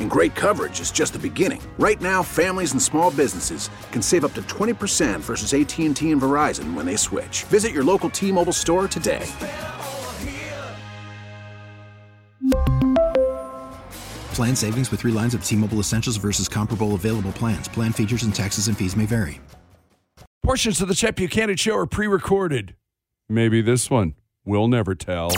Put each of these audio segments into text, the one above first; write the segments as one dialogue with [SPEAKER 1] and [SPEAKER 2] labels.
[SPEAKER 1] And great coverage is just the beginning. Right now, families and small businesses can save up to 20% versus AT&T and Verizon when they switch. Visit your local T-Mobile store today.
[SPEAKER 2] Plan savings with three lines of T Mobile Essentials versus comparable available plans. Plan features and taxes and fees may vary.
[SPEAKER 3] Portions of the Chet Buchanan Show are pre-recorded. Maybe this one. We'll never tell.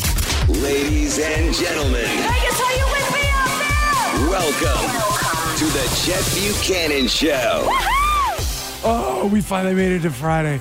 [SPEAKER 4] Ladies and gentlemen,
[SPEAKER 5] Vegas, are you with me out there?
[SPEAKER 4] welcome to the Chet Buchanan Show.
[SPEAKER 3] Oh, we finally made it to Friday.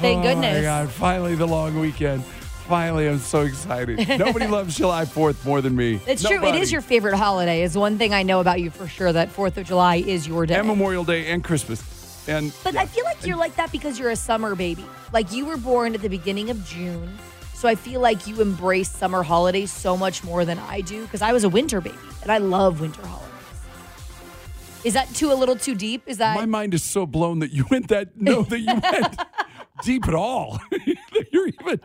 [SPEAKER 6] Thank
[SPEAKER 3] oh My
[SPEAKER 6] goodness.
[SPEAKER 3] God. Finally the long weekend. Finally, I'm so excited. Nobody loves July 4th more than me.
[SPEAKER 6] It's true. It
[SPEAKER 3] Nobody.
[SPEAKER 6] is your favorite holiday. Is one thing I know about you for sure. That Fourth of July is your day.
[SPEAKER 3] and Memorial Day and Christmas. And
[SPEAKER 6] but I feel like you're like that because you're a summer baby. Like you were born at the beginning of June, so I feel like you embrace summer holidays so much more than I do because I was a winter baby and I love winter holidays. Is that too a little too deep? Is that
[SPEAKER 3] my mind is so blown that you went that no that you went deep at all. You're even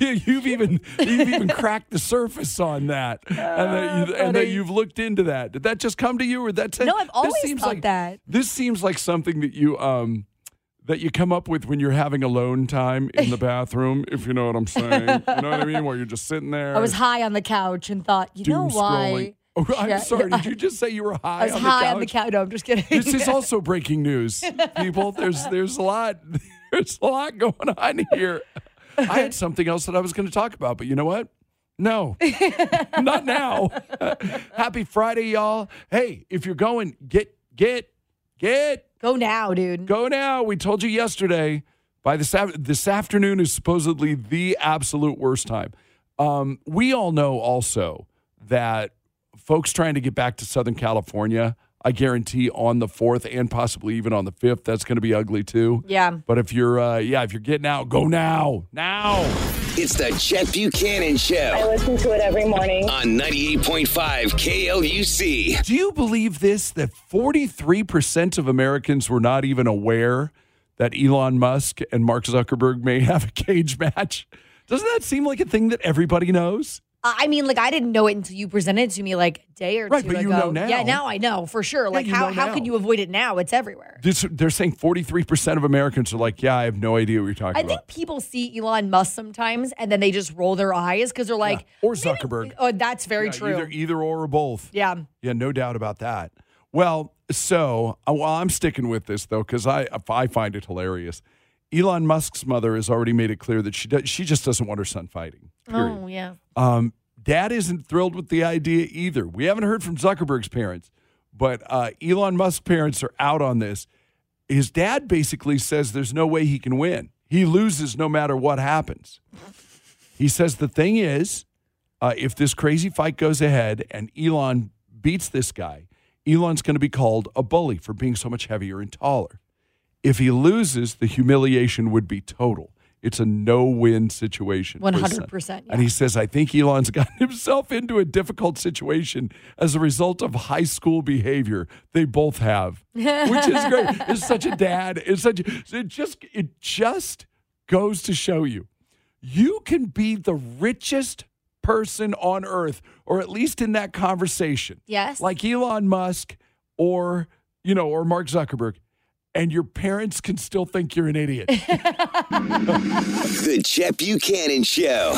[SPEAKER 3] you've even you've even cracked the surface on that, and that you, and that
[SPEAKER 6] buddy.
[SPEAKER 3] you've looked into that. Did that just come to you, or that's
[SPEAKER 6] Ah, No, I've
[SPEAKER 3] this
[SPEAKER 6] always
[SPEAKER 3] seems
[SPEAKER 6] thought
[SPEAKER 3] like,
[SPEAKER 6] that.
[SPEAKER 3] This seems like something that you um that you come up with when you're having alone time in the bathroom, if you know what I'm saying. You know what I mean? While you're just sitting there.
[SPEAKER 6] I was high on the couch and thought, you know
[SPEAKER 3] doom
[SPEAKER 6] why?
[SPEAKER 3] scrolling. Oh, I'm
[SPEAKER 6] Yeah,
[SPEAKER 3] sorry. Did you just say you were high?
[SPEAKER 6] I was
[SPEAKER 3] on
[SPEAKER 6] high
[SPEAKER 3] the
[SPEAKER 6] on the
[SPEAKER 3] couch?
[SPEAKER 6] couch. No, I'm just kidding.
[SPEAKER 3] this is also breaking news, people. There's there's a lot there's a lot going on here. I had something else that I was going to talk about, but you know what? No, not now. Happy Friday, y'all. Hey, if you're going, get get get
[SPEAKER 6] Go now, dude.
[SPEAKER 3] go now. We told you yesterday. By this af- this afternoon is supposedly the absolute worst time. Um, we all know also that folks trying to get back to Southern California, I guarantee on the fourth and possibly even on the fifth, that's going to be ugly too.
[SPEAKER 6] Yeah.
[SPEAKER 3] But if you're uh, yeah, if you're getting out, go now, now.
[SPEAKER 4] It's the Chet Buchanan
[SPEAKER 7] I
[SPEAKER 4] Show
[SPEAKER 7] listen to it every morning.
[SPEAKER 4] on 98.5 KLUC.
[SPEAKER 3] Do you believe this? That forty three percent of Americans were not even aware that Elon Musk and Mark Zuckerberg may have a cage match. Doesn't that seem like a thing that everybody knows?
[SPEAKER 6] I I mean, like I didn't know it until you presented it to me like a day or
[SPEAKER 3] Right,
[SPEAKER 6] two
[SPEAKER 3] but
[SPEAKER 6] ago.
[SPEAKER 3] you know now.
[SPEAKER 6] Yeah, now I know for sure. Like
[SPEAKER 3] you
[SPEAKER 6] how
[SPEAKER 3] know
[SPEAKER 6] how
[SPEAKER 3] now.
[SPEAKER 6] could you avoid it now? It's everywhere.
[SPEAKER 3] This, they're saying forty three percent of Americans are like, yeah, I have no idea what you're talking
[SPEAKER 6] I
[SPEAKER 3] about.
[SPEAKER 6] think people see Elon Musk sometimes and then they just roll their eyes because they're like,
[SPEAKER 3] Or
[SPEAKER 6] "Maybe-"
[SPEAKER 3] Zuckerberg.
[SPEAKER 6] Oh, that's very
[SPEAKER 3] Yeah,
[SPEAKER 6] true.
[SPEAKER 3] Either e either or or both.
[SPEAKER 6] yeah.
[SPEAKER 3] Yeah, no doubt about that. Well, so uh, well, I'm sticking with this though because I I find it hilarious. Elon Musk's mother has already made it clear that she does, she just doesn't want her son fighting. Period.
[SPEAKER 6] Oh yeah.
[SPEAKER 3] Um, Dad isn't thrilled with the idea either. We haven't heard from Zuckerberg's parents, but uh, Elon Musk's parents are out on this. His dad basically says there's no way he can win. He loses no matter what happens. He says the thing is, uh, if this crazy fight goes ahead and Elon beats this guy, Elon's going to be called a bully for being so much heavier and taller. If he loses, the humiliation would be total. It's a no win situation. for his son.
[SPEAKER 6] 100%, yeah.
[SPEAKER 3] And he says, I think Elon's gotten himself into a difficult situation as a result of high school behavior. They both have, which is great. It's such a dad. It's such, it just, it just goes to show you you can be the richest person on earth, or at least in that conversation.
[SPEAKER 6] Yes.
[SPEAKER 3] Like Elon Musk or you know, or Mark Zuckerberg, and your parents can still think you're an idiot.
[SPEAKER 4] The Chet Buchanan Show.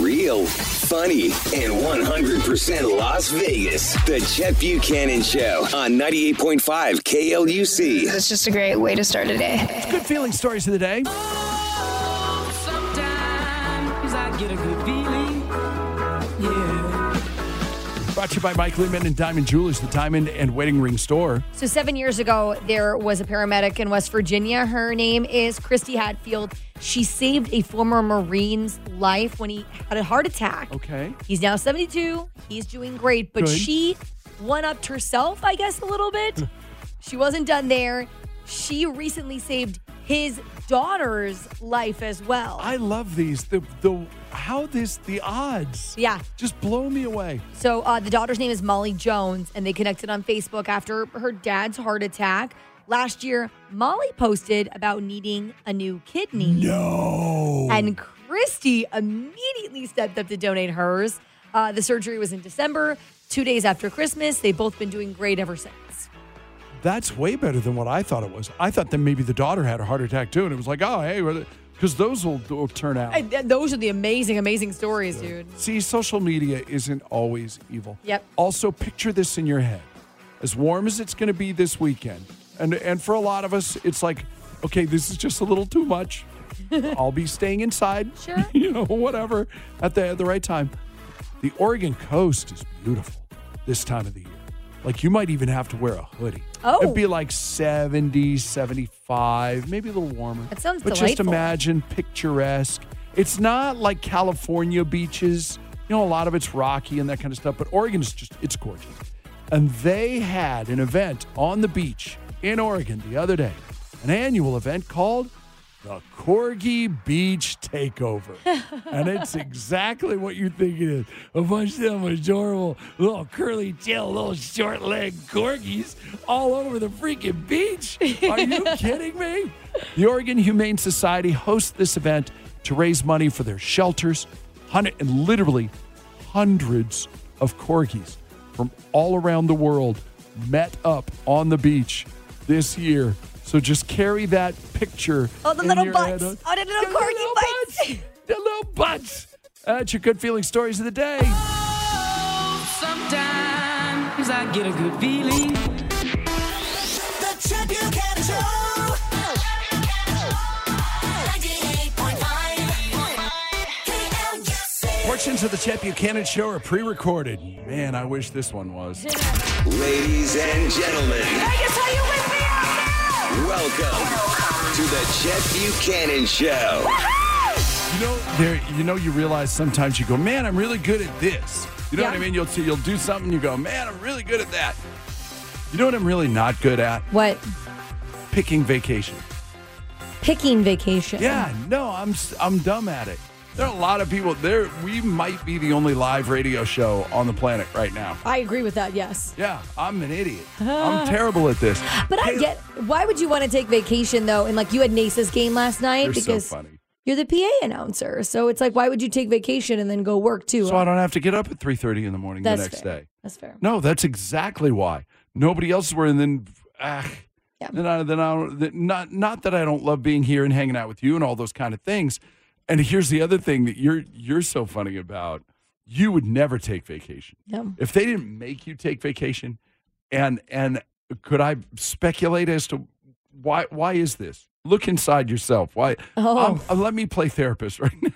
[SPEAKER 4] Real, funny, and 100% Las Vegas. The Chet Buchanan Show on 98.5 KLUC.
[SPEAKER 8] It's just a great way to start a day.
[SPEAKER 3] Good feeling stories of the day.
[SPEAKER 9] Sometimes I get a good feeling. Yeah.
[SPEAKER 3] Brought to you by Mike Lehman and Diamond Jewelers, the diamond and wedding ring store.
[SPEAKER 10] So, seven years ago, there was a paramedic in West Virginia. Her name is Christy Hatfield. She saved a former Marine's life when he had a heart attack.
[SPEAKER 3] Okay.
[SPEAKER 10] He's now 72. He's doing great, but
[SPEAKER 3] Good.
[SPEAKER 10] she one upped herself, I guess, a little bit. she wasn't done there. She recently saved his daughter's life as well.
[SPEAKER 3] I love these. The the how this the odds.
[SPEAKER 10] yeah.
[SPEAKER 3] Just blow me away.
[SPEAKER 10] So uh, the daughter's name is Molly Jones, and they connected on Facebook after her dad's heart attack. Last year, Molly posted about needing a new kidney.
[SPEAKER 3] No.
[SPEAKER 10] And Christy immediately stepped up to donate hers. Uh, the surgery was in December, two days after Christmas. They've both been doing great ever since.
[SPEAKER 3] That's way better than what I thought it was. I thought that maybe the daughter had a heart attack too, and it was like, oh hey, because those will, will turn out.
[SPEAKER 10] And th- those are the amazing, amazing stories, dude.
[SPEAKER 3] See, social media isn't always evil.
[SPEAKER 10] Yep.
[SPEAKER 3] Also, picture this in your head. As warm as it's going to be this weekend, and and for a lot of us, it's like, okay, this is just a little too much. I'll be staying inside.
[SPEAKER 10] Sure.
[SPEAKER 3] you know, whatever at the at the right time. The Oregon coast is beautiful this time of the year. Like you might even have to wear a hoodie.
[SPEAKER 10] Oh.
[SPEAKER 3] It'd be like 70, 75, maybe a little warmer.
[SPEAKER 10] That sounds
[SPEAKER 3] Mm-hmm. But just
[SPEAKER 10] delightful.
[SPEAKER 3] imagine picturesque. It's not like California beaches. You know, a lot of it's rocky and that kind of stuff, but Oregon is just, it's gorgeous. And they had an event on the beach in Oregon the other day, an annual event called the Corgi Beach Takeover. and it's exactly what you think it is. A bunch of them adorable little curly tail, little short legged corgis all over the freaking beach. Are you kidding me? The Oregon Humane Society hosts this event to raise money for their shelters, hundred, and literally hundreds of corgis from all around the world met up on the beach this year. So just carry that picture.
[SPEAKER 10] Oh, the
[SPEAKER 3] in
[SPEAKER 10] little
[SPEAKER 3] your
[SPEAKER 10] butts.
[SPEAKER 3] head.
[SPEAKER 10] Oh, the little corgi butts.
[SPEAKER 3] The little butts. That's your good feeling stories of the day.
[SPEAKER 9] Sometimes I get a good feeling.
[SPEAKER 11] The Chet Buchanan Show. 98.5 KLUC.
[SPEAKER 3] Portions of the Chet Buchanan Show are pre-recorded. Man, I wish this one was.
[SPEAKER 4] Ladies and gentlemen,
[SPEAKER 11] Vegas, are you with me out there?
[SPEAKER 4] welcome to the Chet Buchanan Show.
[SPEAKER 3] You know, there. You know, you realize sometimes you go, man, I'm really good at this. You know
[SPEAKER 10] Yeah.
[SPEAKER 3] what I mean? You'll you'll do something, you go, man, I'm really good at that. You know what I'm really not good at?
[SPEAKER 10] What?
[SPEAKER 3] Picking vacation.
[SPEAKER 10] Picking vacation.
[SPEAKER 3] Yeah, no, I'm s- I'm dumb at it. There are a lot of people. There, we might be the only live radio show on the planet right now.
[SPEAKER 10] I agree with that, yes.
[SPEAKER 3] Yeah, I'm an idiot. I'm terrible at this.
[SPEAKER 10] But I
[SPEAKER 3] Hey,
[SPEAKER 10] get why would you want to take vacation though? And like you had Nasa's game last night
[SPEAKER 3] You're so
[SPEAKER 10] because
[SPEAKER 3] funny.
[SPEAKER 10] you're the PA announcer. So it's like why would you take vacation and then go work too?
[SPEAKER 3] So I don't have to get up at 3:30 in the morning
[SPEAKER 10] That's
[SPEAKER 3] the next
[SPEAKER 10] fair.
[SPEAKER 3] day.
[SPEAKER 10] That's fair.
[SPEAKER 3] No, that's exactly why. Nobody else were, and then ah,
[SPEAKER 10] Yeah.
[SPEAKER 3] then I, then I don't- that- not not that I don't love being here and hanging out with you and all those kind of things. And here's the other thing that you're you're so funny about. You would never take vacation
[SPEAKER 10] Yeah.
[SPEAKER 3] if they didn't make you take vacation. And and could I speculate as to why why is this? Look inside yourself. Why?
[SPEAKER 10] Oh.
[SPEAKER 3] Um, let me play therapist right now.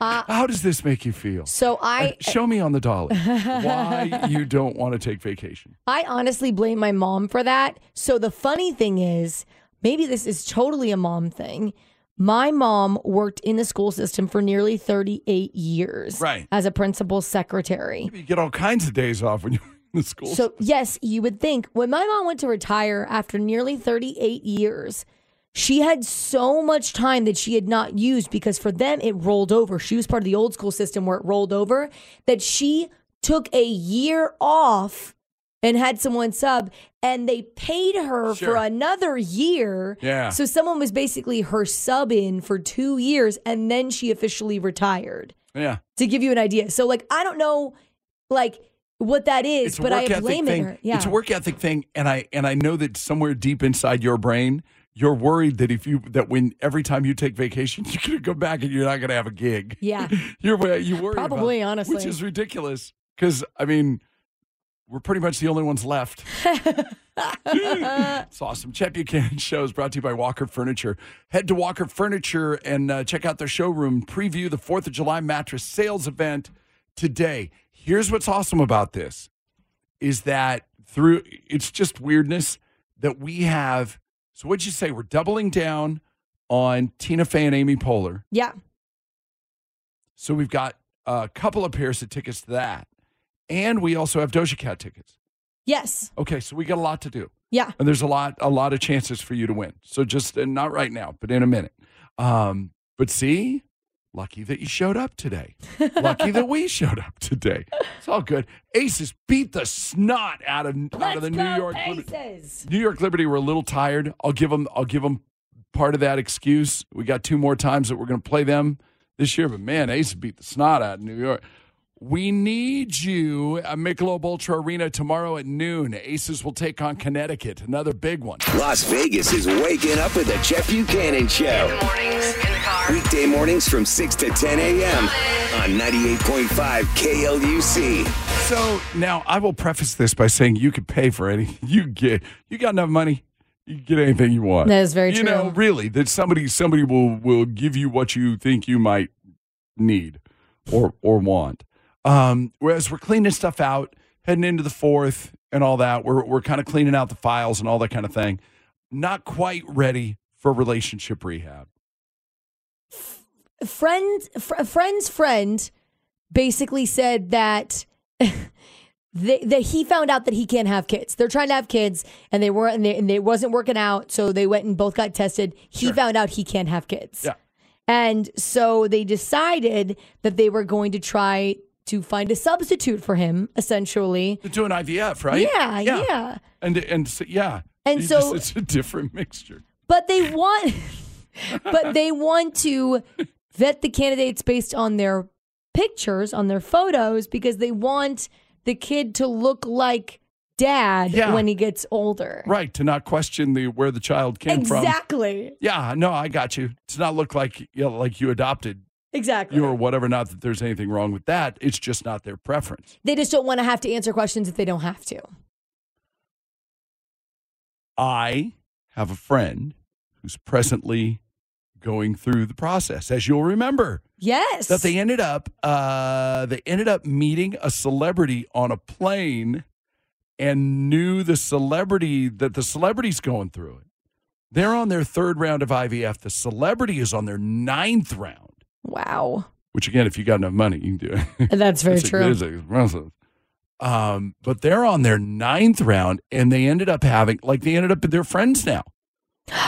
[SPEAKER 10] Uh,
[SPEAKER 3] How does this make you feel?
[SPEAKER 10] so I
[SPEAKER 3] And show me on the dollar why you don't want to take vacation.
[SPEAKER 10] I honestly blame my mom for that. So the funny thing is, maybe this is totally a mom thing. My mom worked in the school system for nearly 38 years
[SPEAKER 3] Right.
[SPEAKER 10] as a principal secretary.
[SPEAKER 3] You get all kinds of days off when you're in the school.
[SPEAKER 10] So, yes, you would think when my mom went to retire after nearly 38 years, she had so much time that she had not used because for them it rolled over. She was part of the old school system where it rolled over that she took a year off and had someone sub and they paid her
[SPEAKER 3] Sure.
[SPEAKER 10] for another year.
[SPEAKER 3] Yeah.
[SPEAKER 10] So someone was basically her sub in for 2 years and then she officially retired
[SPEAKER 3] yeah.
[SPEAKER 10] to give you an idea. So like I don't know like what that is,
[SPEAKER 3] it's a
[SPEAKER 10] but
[SPEAKER 3] work
[SPEAKER 10] I
[SPEAKER 3] ethic
[SPEAKER 10] am blaming
[SPEAKER 3] thing.
[SPEAKER 10] her. Yeah.
[SPEAKER 3] It's a work ethic thing, and I and I know that somewhere deep inside your brain, you're worried that if you that when every time you take vacation, you're gonna go back and you're not gonna have a gig.
[SPEAKER 10] Yeah.
[SPEAKER 3] you're wa- you worry about
[SPEAKER 10] Probably,
[SPEAKER 3] it, which
[SPEAKER 10] honestly.
[SPEAKER 3] is ridiculous because I mean, we're pretty much the only ones left. It's awesome. Chet Buchanan Show is brought to you by Walker Furniture. Head to Walker Furniture and uh, check out their showroom. Preview the 4th of July mattress sales event today. Here's what's awesome about this is that through it's just weirdness that we have. So what'd you say? We're doubling down on Tina Fey and Amy Poehler.
[SPEAKER 10] yeah.
[SPEAKER 3] So we've got a couple of pairs of tickets to that. And we also have Doja Cat tickets.
[SPEAKER 10] Yes.
[SPEAKER 3] Okay, so we got a lot to do
[SPEAKER 10] Yeah.
[SPEAKER 3] and there's a lot a lot of chances for you to win so just and not right now but in a minute um but see lucky that you showed up today lucky that we showed up today it's all good aces beat the snot out of out of the new york Liber- new york liberty were a little tired i'll give them i'll give them part of that excuse we got two more times that we're going to play them this year but man aces beat the snot out of new york we need you at Michelob Ultra Arena tomorrow at noon. Aces will take on Connecticut, another big one.
[SPEAKER 4] Las Vegas is waking up with the Jeff Buchanan Show.
[SPEAKER 12] Mornings in the car.
[SPEAKER 4] Weekday mornings from 6 to 10 a.m. on 98.5 KLUC.
[SPEAKER 3] So now I will preface this by saying you could pay for any you get. You got enough money, you can get anything you want.
[SPEAKER 10] That is very
[SPEAKER 3] You
[SPEAKER 10] true.
[SPEAKER 3] know, really, that somebody somebody will will give you what you think you might need or or want. Um, whereas we're cleaning stuff out, heading into the fourth and all that. We're we're kind of cleaning out the files and all that kind of thing. Not quite ready for relationship rehab.
[SPEAKER 10] friend fr- a friend's friend basically said that they, that he found out that he can't have kids. They're trying to have kids and they weren't and, they, and it wasn't working out, so they went and both got tested. He found out he can't have kids.
[SPEAKER 3] Yeah.
[SPEAKER 10] And so they decided that they were going to try to find a substitute for him essentially.
[SPEAKER 3] To do an IVF, right?
[SPEAKER 10] Yeah, yeah.
[SPEAKER 3] And and so, yeah.
[SPEAKER 10] And
[SPEAKER 3] You
[SPEAKER 10] so-
[SPEAKER 3] just- it's a different mixture.
[SPEAKER 10] But they want but they want to vet the candidates based on their pictures, on their photos, because they want the kid to look like dad
[SPEAKER 3] Yeah.
[SPEAKER 10] when he gets older.
[SPEAKER 3] Right, to not question the where the child came from.
[SPEAKER 10] Exactly.
[SPEAKER 3] Yeah, no, I got you. To not look like you know, like you adopted
[SPEAKER 10] Exactly.
[SPEAKER 3] you or whatever. Not that there's anything wrong with that. It's just not their preference.
[SPEAKER 10] they just don't want to have to answer questions if they don't have to.
[SPEAKER 3] I have a friend who's presently going through the process, as you'll remember.
[SPEAKER 10] Yes.
[SPEAKER 3] That they ended up uh, they ended up meeting a celebrity on a plane and knew the celebrity that the celebrity's going through it. They're on their third round of IVF. The celebrity is on their ninth round.
[SPEAKER 10] wow.
[SPEAKER 3] which again, if you got enough money, you can do it.
[SPEAKER 10] That's very
[SPEAKER 3] It's a-
[SPEAKER 10] true.
[SPEAKER 3] it's expensive. Um, but they're on their ninth round, and they ended up having like they ended up they're friends now.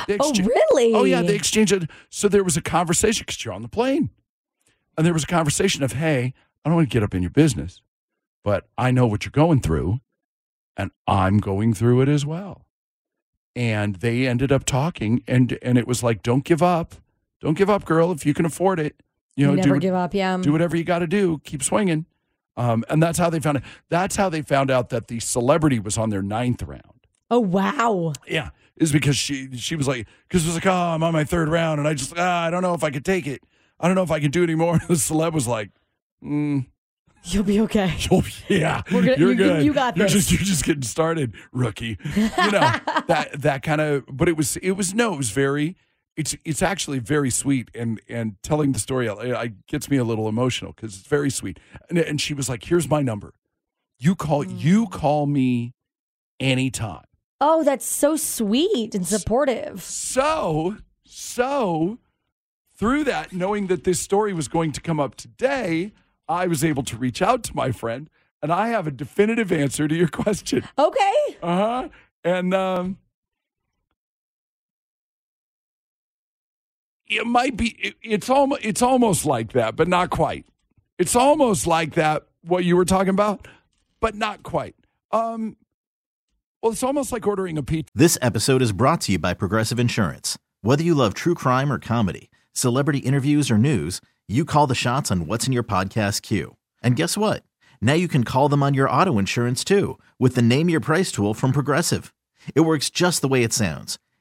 [SPEAKER 3] They
[SPEAKER 10] Oh,
[SPEAKER 3] excha-
[SPEAKER 10] really?
[SPEAKER 3] Oh yeah, they exchanged it. So there was a conversation because you're on the plane, and there was a conversation of, "Hey, I don't want to get up in your business, but I know what you're going through, and I'm going through it as well." And they ended up talking, and and it was like, "Don't give up, don't give up, girl. If you can afford it, you know,
[SPEAKER 10] never
[SPEAKER 3] do,
[SPEAKER 10] give up. Yeah.
[SPEAKER 3] do whatever you got to do. Keep swinging. Um, and that's how they found it. That's how they found out that the celebrity was on their ninth round.
[SPEAKER 10] oh wow.
[SPEAKER 3] Yeah, is because she she was like because it was like oh I'm on my third round and I just ah, I don't know if I could take it. I don't know if I can do it anymore. The celeb was like, mm,
[SPEAKER 10] You'll be okay.
[SPEAKER 3] oh, yeah,
[SPEAKER 10] We're gonna-
[SPEAKER 3] you're
[SPEAKER 10] you- you-
[SPEAKER 3] good.
[SPEAKER 10] you got
[SPEAKER 3] You're
[SPEAKER 10] this."
[SPEAKER 3] just you're just getting started, rookie. You know that that kind of. But it was it was no, it was very. It's it's actually very sweet and and telling the story I, I gets me a little emotional because it's very sweet. And, and she was like, "Here's my number. You call you
[SPEAKER 10] Mm.
[SPEAKER 3] call me anytime."
[SPEAKER 10] Oh, that's so sweet and supportive.
[SPEAKER 3] So, so through that, knowing that this story was going to come up today, I was able to reach out to my friend, and I have a definitive answer to your question.
[SPEAKER 10] Okay.
[SPEAKER 3] Uh huh. And um, it might be. It, it's almost. It's almost like that, but not quite. It's almost like that. What you were talking about, but not quite. Um, well, it's almost like ordering a pizza.
[SPEAKER 13] This episode is brought to you by Progressive Insurance. Whether you love true crime or comedy, celebrity interviews or news, you call the shots on what's in your podcast queue. And guess what? Now you can call them on your auto insurance too with the Name Your Price tool from Progressive. It works just the way it sounds.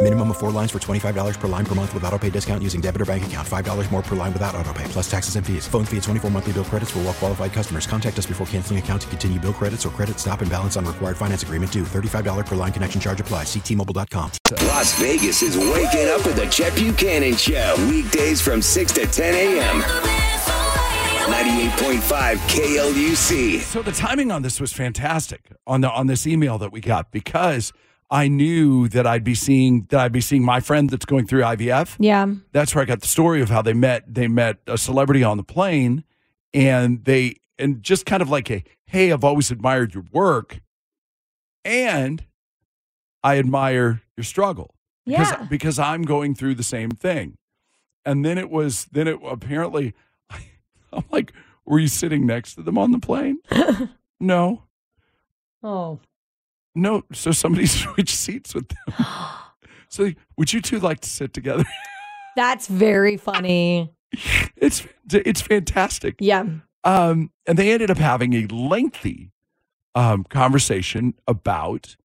[SPEAKER 2] Minimum of four lines for $25 per line per month with auto pay discount using debit or bank account. $5 more per line without auto pay, plus taxes and fees. Phone fee at 24 monthly bill credits for all well qualified customers. Contact us before canceling account to continue bill credits or credit stop and balance on required finance agreement due. $35 per line connection charge apply. Ctmobile.com.
[SPEAKER 4] Las Vegas is waking up with the Chet Buchanan Show. Weekdays from 6 to 10 a.m. 98.5 KLUC.
[SPEAKER 3] So the timing on this was fantastic on the on this email that we got because I knew that I'd be seeing that I'd be seeing my friend that's going through IVF.
[SPEAKER 10] Yeah.
[SPEAKER 3] That's where I got the story of how they met they met a celebrity on the plane and they and just kind of like a hey, I've always admired your work and I admire your struggle. Because
[SPEAKER 10] Yeah.
[SPEAKER 3] because I'm going through the same thing. And then it was then it apparently I'm like, were you sitting next to them on the plane? no.
[SPEAKER 10] Oh.
[SPEAKER 3] No, so somebody switched seats with them. So would you two like to sit together?
[SPEAKER 10] That's very funny.
[SPEAKER 3] It's it's fantastic.
[SPEAKER 10] Yeah.
[SPEAKER 3] Um, and they ended up having a lengthy um, conversation about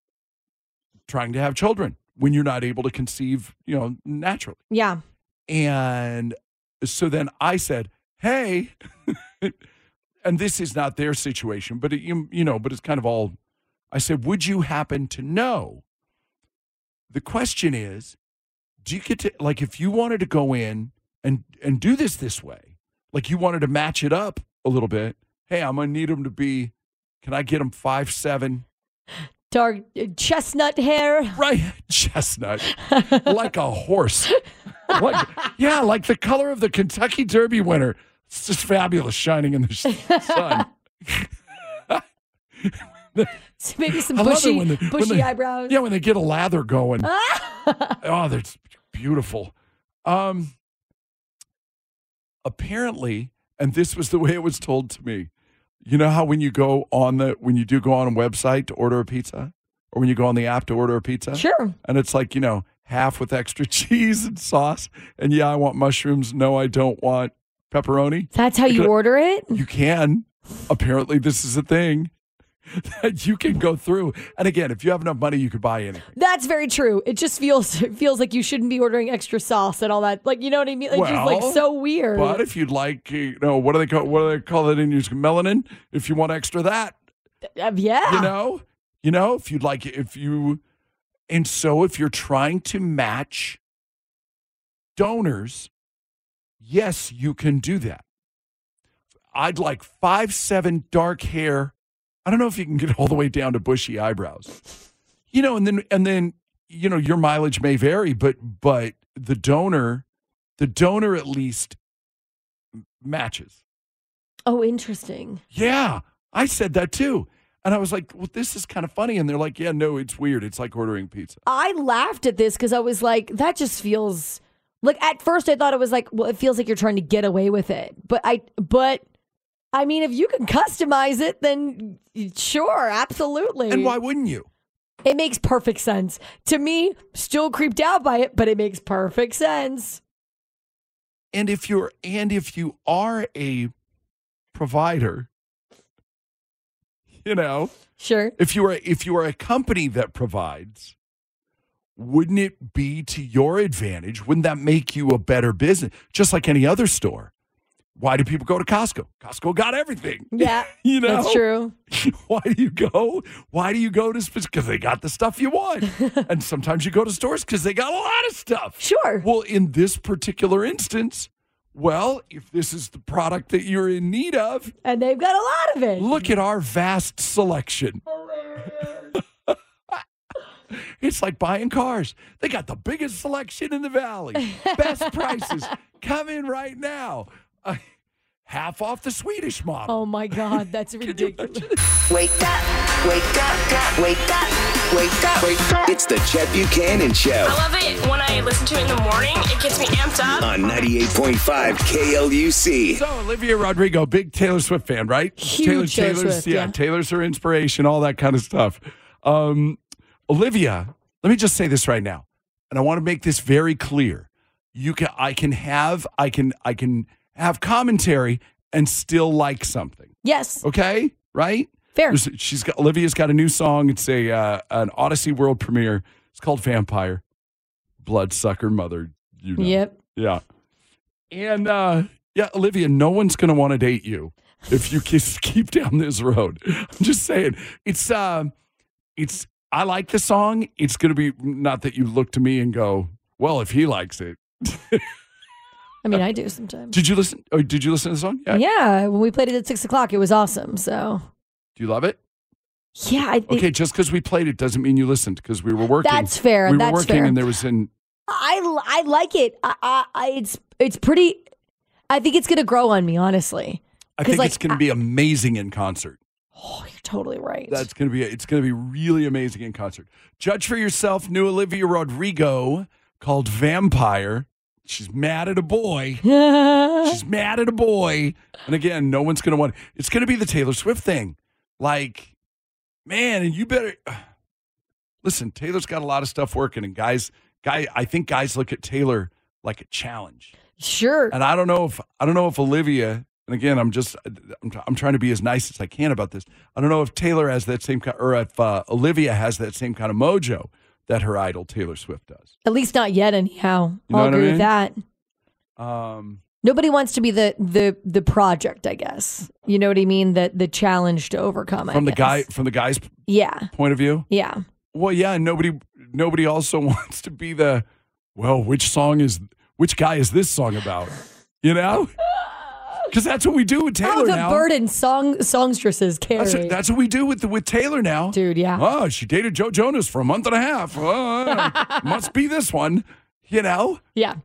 [SPEAKER 3] trying to have children when you're not able to conceive, you know, naturally.
[SPEAKER 10] Yeah.
[SPEAKER 3] And so then I said, "Hey," and this is not their situation, but it, you you know, but it's kind of all. I said, "Would you happen to know?" The question is, do you get to like if you wanted to go in and and do this this way, like you wanted to match it up a little bit? Hey, I'm gonna need them to be. Can I get them five seven?
[SPEAKER 10] Dark uh, chestnut hair.
[SPEAKER 3] Right, chestnut, like a horse. Like, yeah, like the color of the Kentucky Derby winner. It's just fabulous, shining in the sh- sun.
[SPEAKER 10] Maybe some
[SPEAKER 3] I love it
[SPEAKER 10] bushy,
[SPEAKER 3] when they- when
[SPEAKER 10] bushy
[SPEAKER 3] they-
[SPEAKER 10] eyebrows.
[SPEAKER 3] Yeah, when they get a lather going. oh, that's beautiful. Um, apparently, and this was the way it was told to me. You know how when you go on the when you do go on a website to order a pizza, or when you go on the app to order a pizza,
[SPEAKER 10] Sure.
[SPEAKER 3] and it's like you know half with extra cheese and sauce, and yeah, I want mushrooms. No, I don't want pepperoni.
[SPEAKER 10] That's how you order it?
[SPEAKER 3] You can. Apparently, this is a thing that you can go through. And again, if you have enough money, you could buy anything.
[SPEAKER 10] That's very true. It just feels it feels like you shouldn't be ordering extra sauce and all that. Like you know what I mean? It's just
[SPEAKER 3] Well,
[SPEAKER 10] like so weird.
[SPEAKER 3] But if you'd like, you know, what do they call what do they call it in your melanin? If you want extra that,
[SPEAKER 10] Uh, yeah.
[SPEAKER 3] you know, you know, if you'd like, if you, and so if you're trying to match donors, yes, you can do that. I'd like five seven dark hair. I don't know if you can get all the way down to bushy eyebrows, you know, and then and then you know your mileage may vary, but but the donor, the donor at least m- matches.
[SPEAKER 10] Oh, interesting.
[SPEAKER 3] Yeah, I said that too. And I was like, well, this is kind of funny. And they're like, yeah, no, it's weird. It's like ordering pizza.
[SPEAKER 10] I laughed at this because I was like, that just feels like at first I thought it was like, well, it feels like you're trying to get away with it. But I, but I mean, if you can customize it, then sure, absolutely.
[SPEAKER 3] And why wouldn't you?
[SPEAKER 10] It makes perfect sense to me. Still creeped out by it, but it makes perfect sense.
[SPEAKER 3] And if you're and if you are a provider, you know,
[SPEAKER 10] Sure.
[SPEAKER 3] if you are if you are a company that provides, wouldn't it be to your advantage? Wouldn't that make you a better business? Just like any other store. Why do people go to Costco? Costco got everything.
[SPEAKER 10] Yeah,
[SPEAKER 3] you know
[SPEAKER 10] that's true.
[SPEAKER 3] Why do you go? Why do you go to because they got the stuff you want, and sometimes you go to stores because they got a lot of stuff.
[SPEAKER 10] Sure.
[SPEAKER 3] Well, in this particular instance, well, if this is the product that you're in need of,
[SPEAKER 10] and they've got a lot of it.
[SPEAKER 3] look at our vast selection. It's like buying cars. They got the biggest selection in the valley, best prices. Come in right now. Uh, half off the Swedish model.
[SPEAKER 10] Oh my God, that's ridiculous.
[SPEAKER 5] Wake up, wake up, wake up, wake up, wake up.
[SPEAKER 4] It's the Chet Buchanan Show
[SPEAKER 14] I love it when I listen to it in the morning. It gets me amped up.
[SPEAKER 4] on 98.5 KLUC.
[SPEAKER 3] So Olivia Rodrigo, big Taylor Swift fan, right?
[SPEAKER 10] Huge Taylor Swift, yeah.
[SPEAKER 3] Taylor's her inspiration, all that kind of stuff. Um, Olivia, let me just say this right now, and I want to make this very clear. You can, I can have, I can, I can have commentary and still like something.
[SPEAKER 10] yes,
[SPEAKER 3] Okay, right?
[SPEAKER 10] fair.
[SPEAKER 3] There's- She's got Olivia's got a new song. It's a uh, an Odyssey world premiere. It's called Vampire, Bloodsucker Mother. You know.
[SPEAKER 10] Yep.
[SPEAKER 3] Yeah. And uh, yeah, Olivia, no one's going to want to date you if you just keep down this road. I'm just saying. It's um, it's I like the song. It's going to be not that you look to me and go, well, if he likes it.
[SPEAKER 10] I mean, I do sometimes.
[SPEAKER 3] Uh, Did you listen? Or did you listen to the song? Yeah.
[SPEAKER 10] Yeah, when we played it at six o'clock, it was awesome. So
[SPEAKER 3] Do you love it?
[SPEAKER 10] yeah, I think
[SPEAKER 3] Okay, just because we played it doesn't mean you listened because we were working.
[SPEAKER 10] That's fair,
[SPEAKER 3] We were
[SPEAKER 10] that's
[SPEAKER 3] working
[SPEAKER 10] fair.
[SPEAKER 3] and there was an
[SPEAKER 10] I l- I like it. I, I, I it's it's pretty. I think it's gonna grow on me, honestly.
[SPEAKER 3] I
[SPEAKER 10] 'Cause,
[SPEAKER 3] think
[SPEAKER 10] like,
[SPEAKER 3] it's going to be amazing in concert.
[SPEAKER 10] Oh, you're totally right.
[SPEAKER 3] That's going to be it's going to be really amazing in concert. Judge for yourself. New Olivia Rodrigo called Vampire. She's mad at a boy. She's mad at a boy. And again, no one's going to want. It's going to be the Taylor Swift thing. Like, man, and you better listen. Taylor's got a lot of stuff working, and guys, guy, I think guys look at Taylor like a challenge.
[SPEAKER 10] sure.
[SPEAKER 3] And I don't know if I don't know if Olivia. And again, I'm just I'm, I'm trying to be as nice as I can about this. I don't know if Taylor has that same kind, or if uh, Olivia has that same kind of mojo that her idol Taylor Swift does.
[SPEAKER 10] At least not yet, anyhow.
[SPEAKER 3] You know
[SPEAKER 10] I'll
[SPEAKER 3] what I
[SPEAKER 10] agree
[SPEAKER 3] mean?
[SPEAKER 10] with that.
[SPEAKER 3] Um,
[SPEAKER 10] Nobody wants to be the the the project, I guess. You know what I mean? That the challenge to overcome. I
[SPEAKER 3] from the
[SPEAKER 10] guess.
[SPEAKER 3] guy, from the guy's p-
[SPEAKER 10] Yeah.
[SPEAKER 3] point of view,
[SPEAKER 10] Yeah.
[SPEAKER 3] well, yeah, and nobody nobody also wants to be the well. Which song is which guy is this song about? You know, because that's what we do with
[SPEAKER 10] How
[SPEAKER 3] Taylor
[SPEAKER 10] the
[SPEAKER 3] now.
[SPEAKER 10] burden song songstresses carry.
[SPEAKER 3] That's, that's what we do with the, with Taylor now.
[SPEAKER 10] Dude, yeah.
[SPEAKER 3] Oh, she dated Joe Jonas for a month and a half. Oh, must be this one, you know?
[SPEAKER 10] yeah.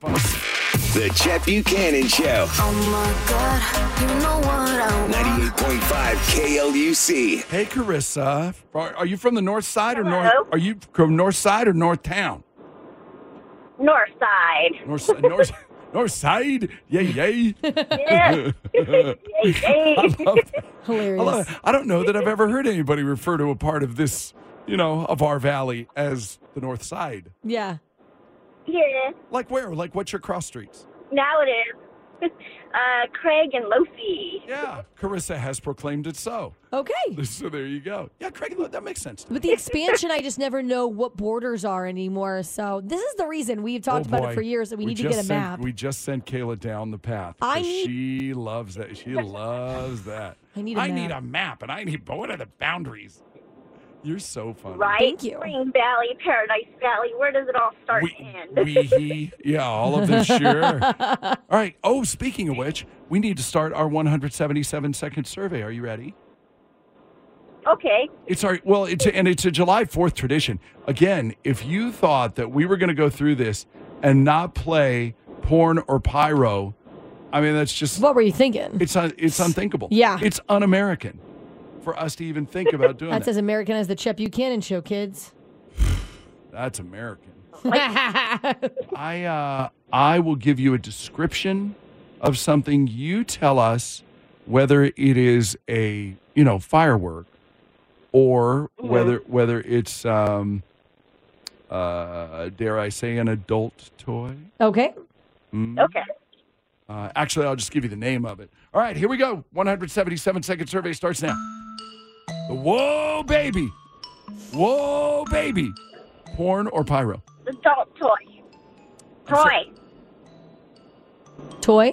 [SPEAKER 4] The Chet Buchanan Show,
[SPEAKER 5] Oh my God, you know what I want.
[SPEAKER 4] 98.5 KLUC.
[SPEAKER 3] Hey, Carissa, are, are you from the north side or north? Are you from north side or north town?
[SPEAKER 9] North side.
[SPEAKER 3] North, si- north, north side? Yay, yay.
[SPEAKER 9] Yeah.
[SPEAKER 3] I, love that. I,
[SPEAKER 10] Hilarious.
[SPEAKER 3] love it. I don't know that I've ever heard anybody refer to a part of this, you know, of our valley as the north side.
[SPEAKER 10] Yeah.
[SPEAKER 9] yeah.
[SPEAKER 3] Like where? Like what's your cross streets?
[SPEAKER 9] Now it is. Uh, Craig and Lofi.
[SPEAKER 3] Yeah, Carissa has proclaimed it so.
[SPEAKER 10] Okay.
[SPEAKER 3] So there you go. Yeah, Craig, look, that makes sense.
[SPEAKER 10] With the expansion, I just never know what borders are anymore. So this is the reason we've talked
[SPEAKER 3] Oh,
[SPEAKER 10] about
[SPEAKER 3] boy.
[SPEAKER 10] it for years that we, need to
[SPEAKER 3] just
[SPEAKER 10] get a
[SPEAKER 3] sent-
[SPEAKER 10] map.
[SPEAKER 3] We just sent Kayla down the path.
[SPEAKER 10] I
[SPEAKER 3] 'cause
[SPEAKER 10] need-
[SPEAKER 3] she loves that. She loves that.
[SPEAKER 10] I need a
[SPEAKER 3] I need
[SPEAKER 10] map.
[SPEAKER 3] a map, and I need. But what are the boundaries? You're so funny.
[SPEAKER 9] Right?
[SPEAKER 10] Thank you.
[SPEAKER 9] Green Valley, Paradise Valley. Where does it all start
[SPEAKER 3] We,
[SPEAKER 9] and end?
[SPEAKER 3] we, he, yeah, all of this, sure. all right. Oh, speaking of which, we need to start our 177 second survey. Are you ready?
[SPEAKER 9] okay.
[SPEAKER 3] It's our well, it's and it's a July Fourth tradition. Again, if you thought that we were going to go through this and not play porn or pyro, I mean that's just
[SPEAKER 10] What were you thinking?
[SPEAKER 3] it's un, it's unthinkable.
[SPEAKER 10] Yeah.
[SPEAKER 3] it's un-American for us to even think about doing
[SPEAKER 10] That's
[SPEAKER 3] that.
[SPEAKER 10] as American as the Chet Buchanan show, kids.
[SPEAKER 3] That's American.
[SPEAKER 10] okay.
[SPEAKER 3] I uh, I will give you a description of something. You tell us whether it is a you know firework or whether whether it's um, uh, dare I say an adult toy. Mm.
[SPEAKER 9] Okay.
[SPEAKER 3] Uh, actually, I'll just give you the name of it. All right, here we go. 177 second survey starts now. The Whoa, baby. Whoa, baby. Porn or pyro?
[SPEAKER 9] Adult toy.
[SPEAKER 3] I'm sorry.
[SPEAKER 10] Toy.
[SPEAKER 9] Toy.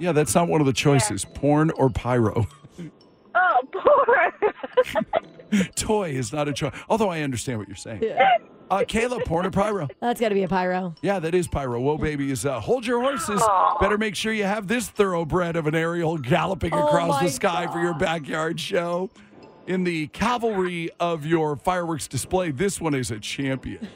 [SPEAKER 3] Yeah, that's not one of the choices. Porn or pyro.
[SPEAKER 9] Oh, poor.
[SPEAKER 3] Toy is not a choice. Although I understand what you're saying.
[SPEAKER 10] Yeah.
[SPEAKER 3] Uh, Kayla, porn or pyro?
[SPEAKER 10] That's got to be a pyro.
[SPEAKER 3] Yeah, that is pyro. Whoa, baby, is uh, hold your horses. Better make sure you have this thoroughbred of an aerial galloping
[SPEAKER 10] Oh
[SPEAKER 3] across
[SPEAKER 10] my
[SPEAKER 3] the sky for your backyard show. In the cavalry of your fireworks display, this one is a champion.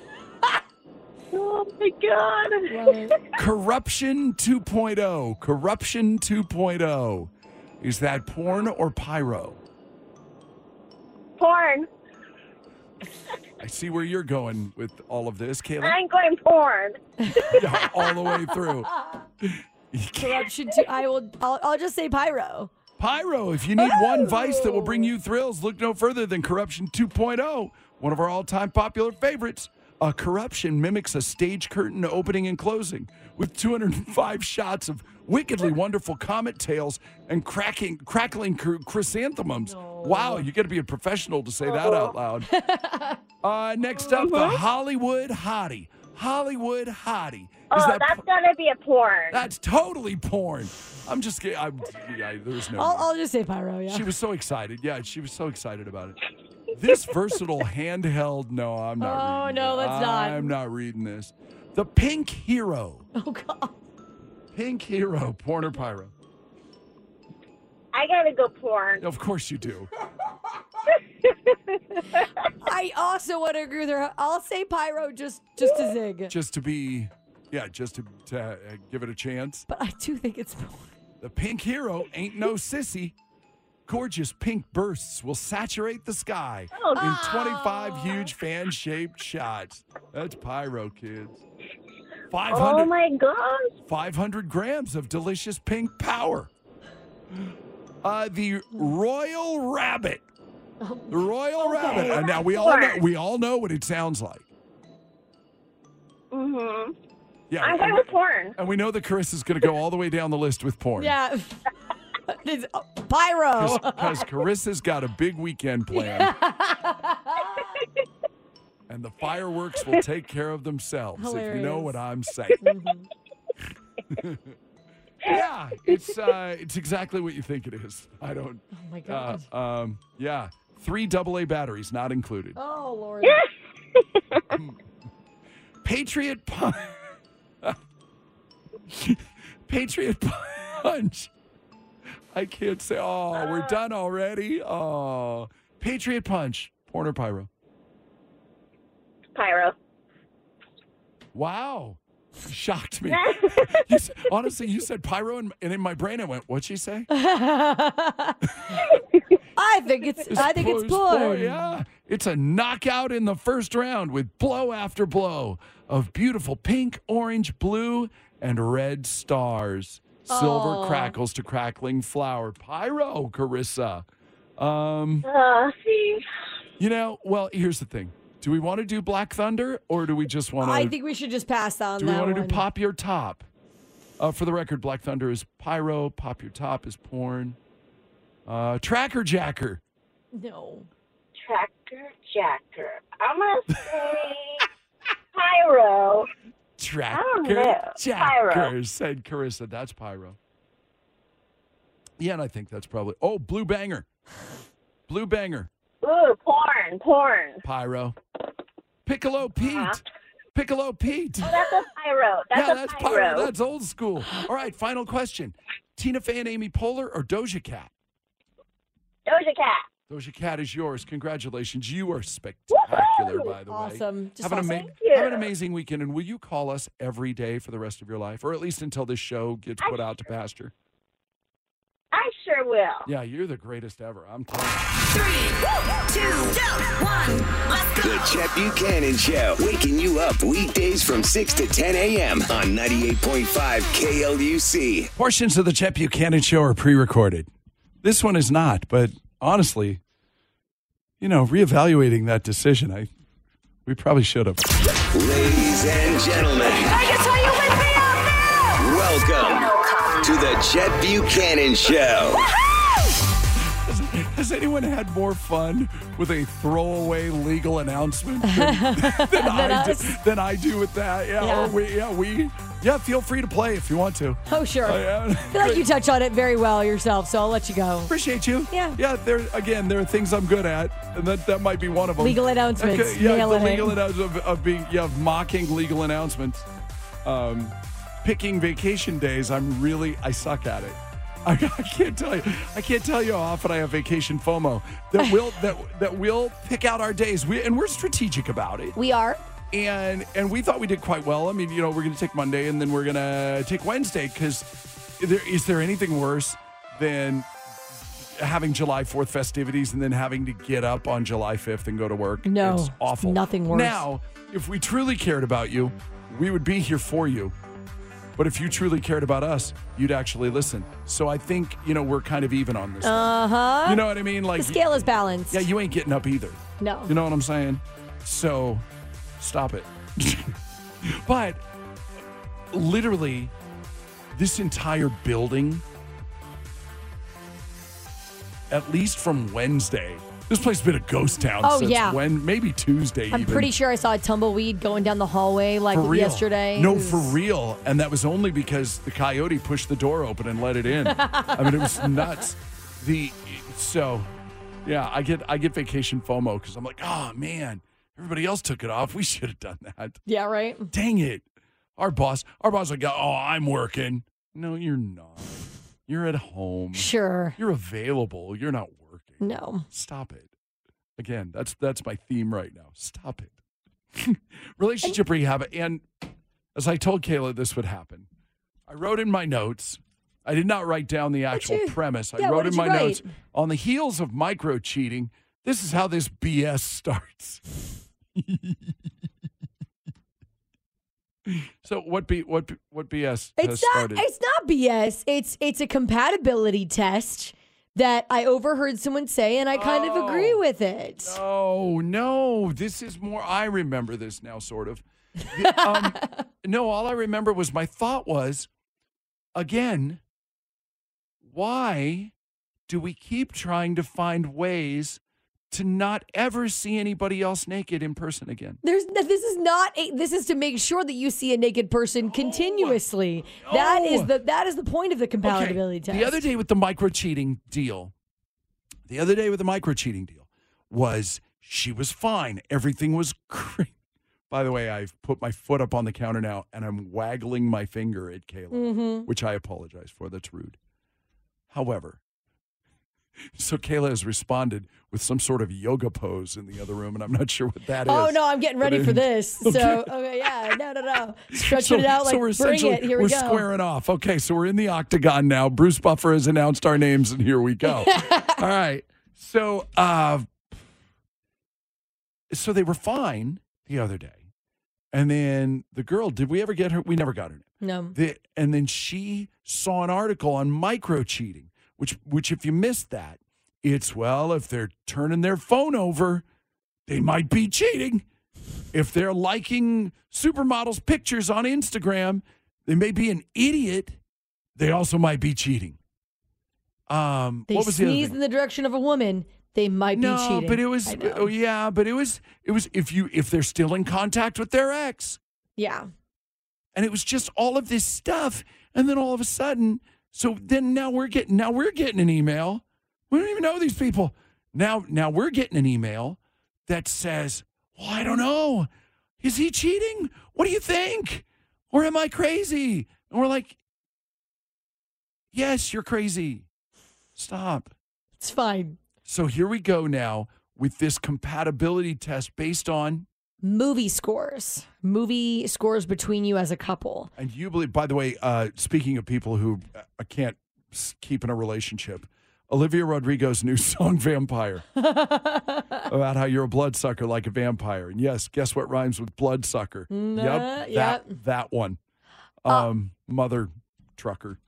[SPEAKER 9] Oh my god.
[SPEAKER 3] Corruption 2.0. Corruption 2.0. Is that porn or pyro?
[SPEAKER 9] Porn.
[SPEAKER 3] I see where you're going with all of this, Kayla.
[SPEAKER 9] I'm going porn.
[SPEAKER 3] Yeah, all the way through.
[SPEAKER 10] Corruption too. I will. I'll, I'll just say pyro.
[SPEAKER 3] Pyro, if you need one vice that will bring you thrills, look no further than Corruption 2.0, one of our all time popular favorites. Uh, corruption mimics a stage curtain opening and closing with 205 shots of wickedly wonderful comet tails and cracking, crackling cr- chrysanthemums. Wow, you got to be a professional to say that out loud. Uh, next up, the Hollywood hottie. Hollywood hottie. Is
[SPEAKER 9] Oh,
[SPEAKER 3] that
[SPEAKER 9] that's gonna be a porn.
[SPEAKER 3] that's totally porn. I'm just kidding. I'm, yeah, there's no.
[SPEAKER 10] I'll, I'll just say pyro. Yeah.
[SPEAKER 3] She was so excited. Yeah, she was so excited about it. This versatile handheld. No, I'm not.
[SPEAKER 10] Oh,
[SPEAKER 3] reading
[SPEAKER 10] no,
[SPEAKER 3] it.
[SPEAKER 10] that's not.
[SPEAKER 3] I'm not reading this. The Pink Hero.
[SPEAKER 10] Oh God.
[SPEAKER 3] Pink Hero. Porn or pyro?
[SPEAKER 9] I gotta go porn.
[SPEAKER 3] Of course you do.
[SPEAKER 10] I also want to agree with her. I'll say pyro just just to zig.
[SPEAKER 3] Just to be, yeah, just to, to uh, give it a chance.
[SPEAKER 10] But I do think it's
[SPEAKER 3] The Pink Hero ain't no sissy. Gorgeous pink bursts will saturate the sky
[SPEAKER 10] Oh,
[SPEAKER 3] in 25 huge fan shaped shots. That's pyro, kids. 500.
[SPEAKER 9] Oh my gosh.
[SPEAKER 3] 500 grams of delicious pink power. Uh, the Royal Rabbit. The Royal Rabbit. Uh, now we all know,
[SPEAKER 9] Sure.
[SPEAKER 3] we all know what it sounds like.
[SPEAKER 9] Mhm.
[SPEAKER 3] Yeah.
[SPEAKER 9] I'm
[SPEAKER 3] and,
[SPEAKER 9] going with porn.
[SPEAKER 3] and we know that Carissa is going to go all the way down the list with porn.
[SPEAKER 10] yeah. It's- oh, pyro.
[SPEAKER 3] Because Carissa's got a big weekend planned, and the fireworks will take care of themselves if you know
[SPEAKER 10] Hilarious. Mm-hmm.
[SPEAKER 3] what I'm saying. yeah, it's uh, it's exactly what you think it is. I don't. Oh
[SPEAKER 10] my God.
[SPEAKER 3] um, yeah, three AA batteries not included.
[SPEAKER 10] oh Lord.
[SPEAKER 3] Patriot punch. Patriot punch. I can't say. Oh,
[SPEAKER 10] Ah.
[SPEAKER 3] we're done already. Oh, Patriot punch. Porn or pyro?
[SPEAKER 9] Pyro.
[SPEAKER 3] Wow, You shocked me. You s- honestly, you said pyro, and, and in my brain, I went, "What'd she say?"
[SPEAKER 10] I think it's. I think it's
[SPEAKER 3] It's poor,
[SPEAKER 10] porn.
[SPEAKER 3] Yeah, it's a knockout in the first round with blow after blow of beautiful pink, orange, blue, and red stars. Silver
[SPEAKER 9] Aw.
[SPEAKER 3] crackles to crackling flower. Pyro, Carissa. Um,
[SPEAKER 9] Uh, see.
[SPEAKER 3] you know, well, here's the thing. Do we want to do Black Thunder or do we just want to
[SPEAKER 10] I think we should just pass on
[SPEAKER 3] do we
[SPEAKER 10] that
[SPEAKER 3] want to do
[SPEAKER 10] one.
[SPEAKER 3] Pop Your Top? Uh, for the record, Black Thunder is pyro, Pop Your Top is porn. Uh, tracker Jacker.
[SPEAKER 10] No.
[SPEAKER 9] Tractor Jacker. I'm gonna say Pyro. don't know.
[SPEAKER 3] Tracker
[SPEAKER 9] Oh, Pyro.
[SPEAKER 3] Jacker, said Carissa. That's pyro. Yeah, and I think that's probably. Oh, Blue Banger. Blue Banger,
[SPEAKER 9] Ooh, porn, porn.
[SPEAKER 3] pyro. Piccolo Pete. Piccolo Pete.
[SPEAKER 9] Uh-huh. Oh, That's a pyro. That's
[SPEAKER 3] yeah,
[SPEAKER 9] a
[SPEAKER 3] that's
[SPEAKER 9] pyro.
[SPEAKER 3] pyro. That's old school. All right, final question. Tina Fey and Amy Poehler or Doja Cat?
[SPEAKER 9] Doja Cat.
[SPEAKER 3] Doja Cat is yours. Congratulations. You are spectacular,
[SPEAKER 9] Woohoo!
[SPEAKER 3] by the way.
[SPEAKER 10] Awesome. Just
[SPEAKER 3] have, an
[SPEAKER 10] awesome.
[SPEAKER 9] Thank you.
[SPEAKER 3] have an amazing weekend, and will you call us every day for the rest of your life, or at least until this show gets put out to pasture?
[SPEAKER 9] I sure will.
[SPEAKER 3] Yeah, you're the greatest ever. I'm telling you.
[SPEAKER 4] The Chet Buchanan Show, waking you up weekdays from 6 to 10 a.m. on 98.5 KLUC.
[SPEAKER 3] Portions of the Chet Buchanan Show are pre recorded. This one is not, but honestly, you know, reevaluating that decision, I we probably should have.
[SPEAKER 4] Ladies and gentlemen. Welcome to the Chet Buchanan Show.
[SPEAKER 3] Has anyone had more fun with a throwaway legal announcement than, than I, do, than I do with that? Yeah,
[SPEAKER 10] Yeah.
[SPEAKER 3] Or we, yeah, we Yeah, feel free to play if you want to.
[SPEAKER 10] Oh, sure.
[SPEAKER 3] Oh, yeah.
[SPEAKER 10] I feel like you touch on it very well yourself, so I'll let you go.
[SPEAKER 3] Appreciate you.
[SPEAKER 10] Yeah.
[SPEAKER 3] Yeah, there again, there are things I'm good at, and that, that might be one of them.
[SPEAKER 10] Legal announcements.
[SPEAKER 3] Okay, yeah,
[SPEAKER 10] Nail
[SPEAKER 3] the
[SPEAKER 10] it.
[SPEAKER 3] legal announcement of, of being yeah, of mocking legal announcements. Um, picking vacation days, I'm really I suck at it. I, I can't tell you. I can't tell you how often I have vacation FOMO that will that that will pick out our days. We and we're strategic about it.
[SPEAKER 6] We are.
[SPEAKER 3] And and we thought we did quite well. I mean, you know, we're going to take Monday and then we're going to take Wednesday because there is there anything worse than having July 4th festivities and then having to get up on July 5th and go to work.
[SPEAKER 10] No,
[SPEAKER 3] It's awful.
[SPEAKER 10] nothing worse.
[SPEAKER 3] Now, if we truly cared about you, we would be here for you. But if you truly cared about us, you'd actually listen. So I think, you know, we're kind of even on this.
[SPEAKER 10] Uh huh.
[SPEAKER 3] You know what I mean? Like
[SPEAKER 10] the scale is balanced.
[SPEAKER 3] Yeah, you ain't getting up either.
[SPEAKER 10] No.
[SPEAKER 3] You know what I'm saying? So stop it. but literally, this entire building, at least from Wednesday, this place has been a ghost town
[SPEAKER 10] Oh,
[SPEAKER 3] since
[SPEAKER 10] yeah.
[SPEAKER 3] when? Maybe Tuesday.
[SPEAKER 10] I'm
[SPEAKER 3] even.
[SPEAKER 10] pretty sure I saw a tumbleweed going down the hallway like
[SPEAKER 3] For real.
[SPEAKER 10] yesterday.
[SPEAKER 3] No,
[SPEAKER 10] It was-
[SPEAKER 3] for real. And that was only because the coyote pushed the door open and let it in. I mean, it was nuts. The so, yeah, I get I get vacation FOMO because I'm like, oh man, everybody else took it off. We should have done that.
[SPEAKER 10] Yeah, right.
[SPEAKER 3] Dang it, our boss, our boss like, oh, I'm working. No, you're not. You're at home.
[SPEAKER 10] Sure.
[SPEAKER 3] You're available. You're not working.
[SPEAKER 10] No.
[SPEAKER 3] Stop it. Again, that's that's my theme right now. Stop it. Relationship rehab. And as I told Kayla this would happen, I wrote in my notes. I did not write down the actual
[SPEAKER 10] you-
[SPEAKER 3] premise. I
[SPEAKER 10] yeah, what
[SPEAKER 3] wrote
[SPEAKER 10] did
[SPEAKER 3] in
[SPEAKER 10] you
[SPEAKER 3] my
[SPEAKER 10] write?
[SPEAKER 3] notes on the heels of micro cheating. This is how this BS starts. so what B what B- what BS has
[SPEAKER 10] It's not.
[SPEAKER 3] started?
[SPEAKER 10] It's not BS. It's it's a compatibility test that I overheard someone say, and I kind of agree with it.
[SPEAKER 3] Oh no, this is more. I remember this now, sort of. The- um, no, all I remember was my thought was, again, why do we keep trying to find ways to not ever see anybody else naked in person again?
[SPEAKER 10] There's no- this is not a, this is to make sure that you see a naked person
[SPEAKER 3] Oh,
[SPEAKER 10] continuously. That is the that is the point of the compatibility test.
[SPEAKER 3] The other day with the micro cheating deal, the other day with the micro cheating deal was she was fine. Everything was great. By the way, I've put my foot up on the counter now and I'm waggling my finger at Kayla,
[SPEAKER 10] Mhm.
[SPEAKER 3] which I apologize for. That's rude. However, so Kayla has responded with some sort of yoga pose in the other room, and I'm not sure what that is.
[SPEAKER 10] Oh no, I'm getting
[SPEAKER 3] But
[SPEAKER 10] ready
[SPEAKER 3] it-
[SPEAKER 10] for this.
[SPEAKER 3] Okay.
[SPEAKER 10] So okay, yeah, no, no, no, stretching
[SPEAKER 3] So-
[SPEAKER 10] it out
[SPEAKER 3] so
[SPEAKER 10] like
[SPEAKER 3] we're
[SPEAKER 10] bring
[SPEAKER 3] essentially
[SPEAKER 10] it. Here
[SPEAKER 3] we're
[SPEAKER 10] we go.
[SPEAKER 3] squaring off. Okay, so we're in the octagon now. Bruce Buffer has announced our names, and here we go. All right. So, uh, so they were fine the other day, and then the girl. Did we ever get her? We never got her name.
[SPEAKER 10] No,
[SPEAKER 3] The, and then she saw an article on micro cheating, which which if you missed that, it's well if they're turning their phone over, they might be cheating. If they're liking supermodels' pictures on Instagram, they may be an idiot. They also might be cheating. Um,
[SPEAKER 10] they
[SPEAKER 3] what was the other
[SPEAKER 10] sneeze
[SPEAKER 3] thing?
[SPEAKER 10] in the direction of a woman. They might
[SPEAKER 3] no,
[SPEAKER 10] be cheating.
[SPEAKER 3] but it was
[SPEAKER 10] I know.
[SPEAKER 3] oh yeah, but it was it was if you if they're still in contact with their ex
[SPEAKER 10] yeah.
[SPEAKER 3] and it was just all of this stuff and then all of a sudden so then now we're getting now we're getting an email we don't even know these people now now we're getting an email that says well i don't know is he cheating what do you think or am i crazy and we're like yes you're crazy stop
[SPEAKER 10] It's fine.
[SPEAKER 3] so here we go now with this compatibility test based on
[SPEAKER 10] Movie scores, movie scores between you as a couple.
[SPEAKER 3] And you believe, by the way, uh, speaking of people who uh, can't s- keep in a relationship, Olivia Rodrigo's new song, Vampire, about how you're a bloodsucker like a vampire. And yes, guess what rhymes with bloodsucker?
[SPEAKER 10] Nah,
[SPEAKER 3] yep,
[SPEAKER 10] yep.
[SPEAKER 3] That, that one. Um, mother trucker.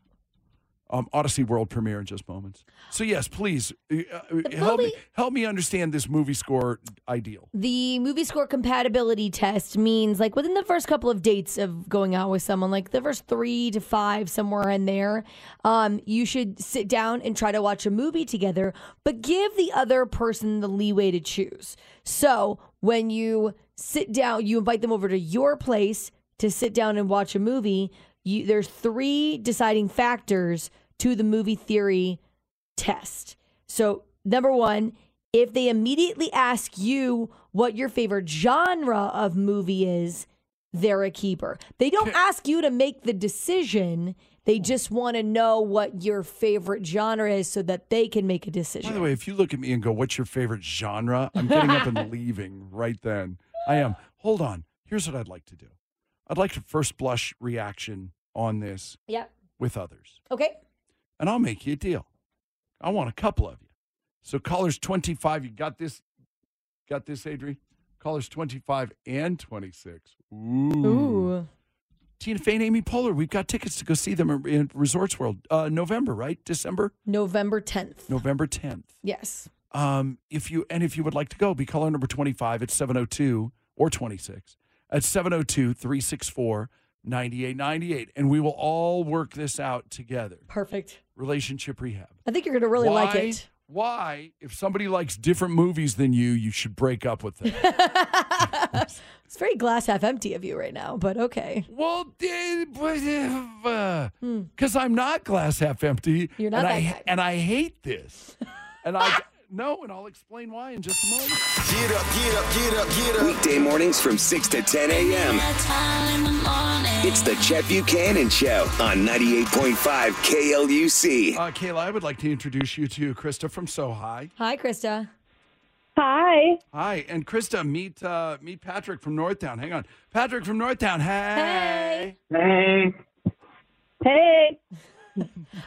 [SPEAKER 3] Um, Odyssey world premiere in just moments. So yes, please uh, uh, help me help me understand this movie score ideal.
[SPEAKER 10] The movie score compatibility test means like within the first couple of dates of going out with someone, like the first three to five, somewhere in there, um, you should sit down and try to watch a movie together, but give the other person the leeway to choose. So when you sit down, you invite them over to your place. to sit down and watch a movie, you, there's three deciding factors to the movie theory test. So, number one, if they immediately ask you what your favorite genre of movie is, they're a keeper. They don't ask you to make the decision. They just want to know what your favorite genre is so that they can make a decision.
[SPEAKER 3] By the way, if you look at me and go, "What's your favorite genre?" I'm getting up and leaving right then. I am. Hold on. Here's what I'd like to do. I'd like to first blush reaction on this
[SPEAKER 10] Yep.
[SPEAKER 3] with others,
[SPEAKER 10] Okay.
[SPEAKER 3] and I'll make you a deal. I want a couple of you. So callers 25, you got this, got this, Adri. Callers 25 and 26. Ooh.
[SPEAKER 10] Ooh.
[SPEAKER 3] Tina Fey and Amy Poehler. We've got tickets to go see them in Resorts World. Uh, November, right? December,
[SPEAKER 10] November 10th.
[SPEAKER 3] November 10th.
[SPEAKER 10] Yes.
[SPEAKER 3] Um, if you and if you would like to go, be caller number 25 at 702 or 26 at 702-364-9898 and we will all work this out together.
[SPEAKER 10] Perfect.
[SPEAKER 3] Relationship rehab.
[SPEAKER 10] I think you're going to really like
[SPEAKER 3] Why-
[SPEAKER 10] it.
[SPEAKER 3] Why if somebody likes different movies than you, you should break up with them.
[SPEAKER 10] It's very glass half empty of you right now, but okay.
[SPEAKER 3] well, because uh, I'm not glass half empty.
[SPEAKER 10] Hmm. You're not
[SPEAKER 3] and I,
[SPEAKER 10] that guy.
[SPEAKER 3] and I hate this. And I no, and I'll explain why in just a moment.
[SPEAKER 4] Get up, get up, get up, get up. Weekday mornings from 6 to 10 a.m. It's the Chet Buchanan Show on 98.5 KLUC.
[SPEAKER 3] Uh, Kayla, I would like to introduce you to Krista from So High.
[SPEAKER 10] Hi, Krista.
[SPEAKER 9] Hi.
[SPEAKER 3] Hi, and Krista, meet uh, meet Patrick from Northtown. Hang on, Patrick from Northtown. Hey.
[SPEAKER 9] Hey. Hey.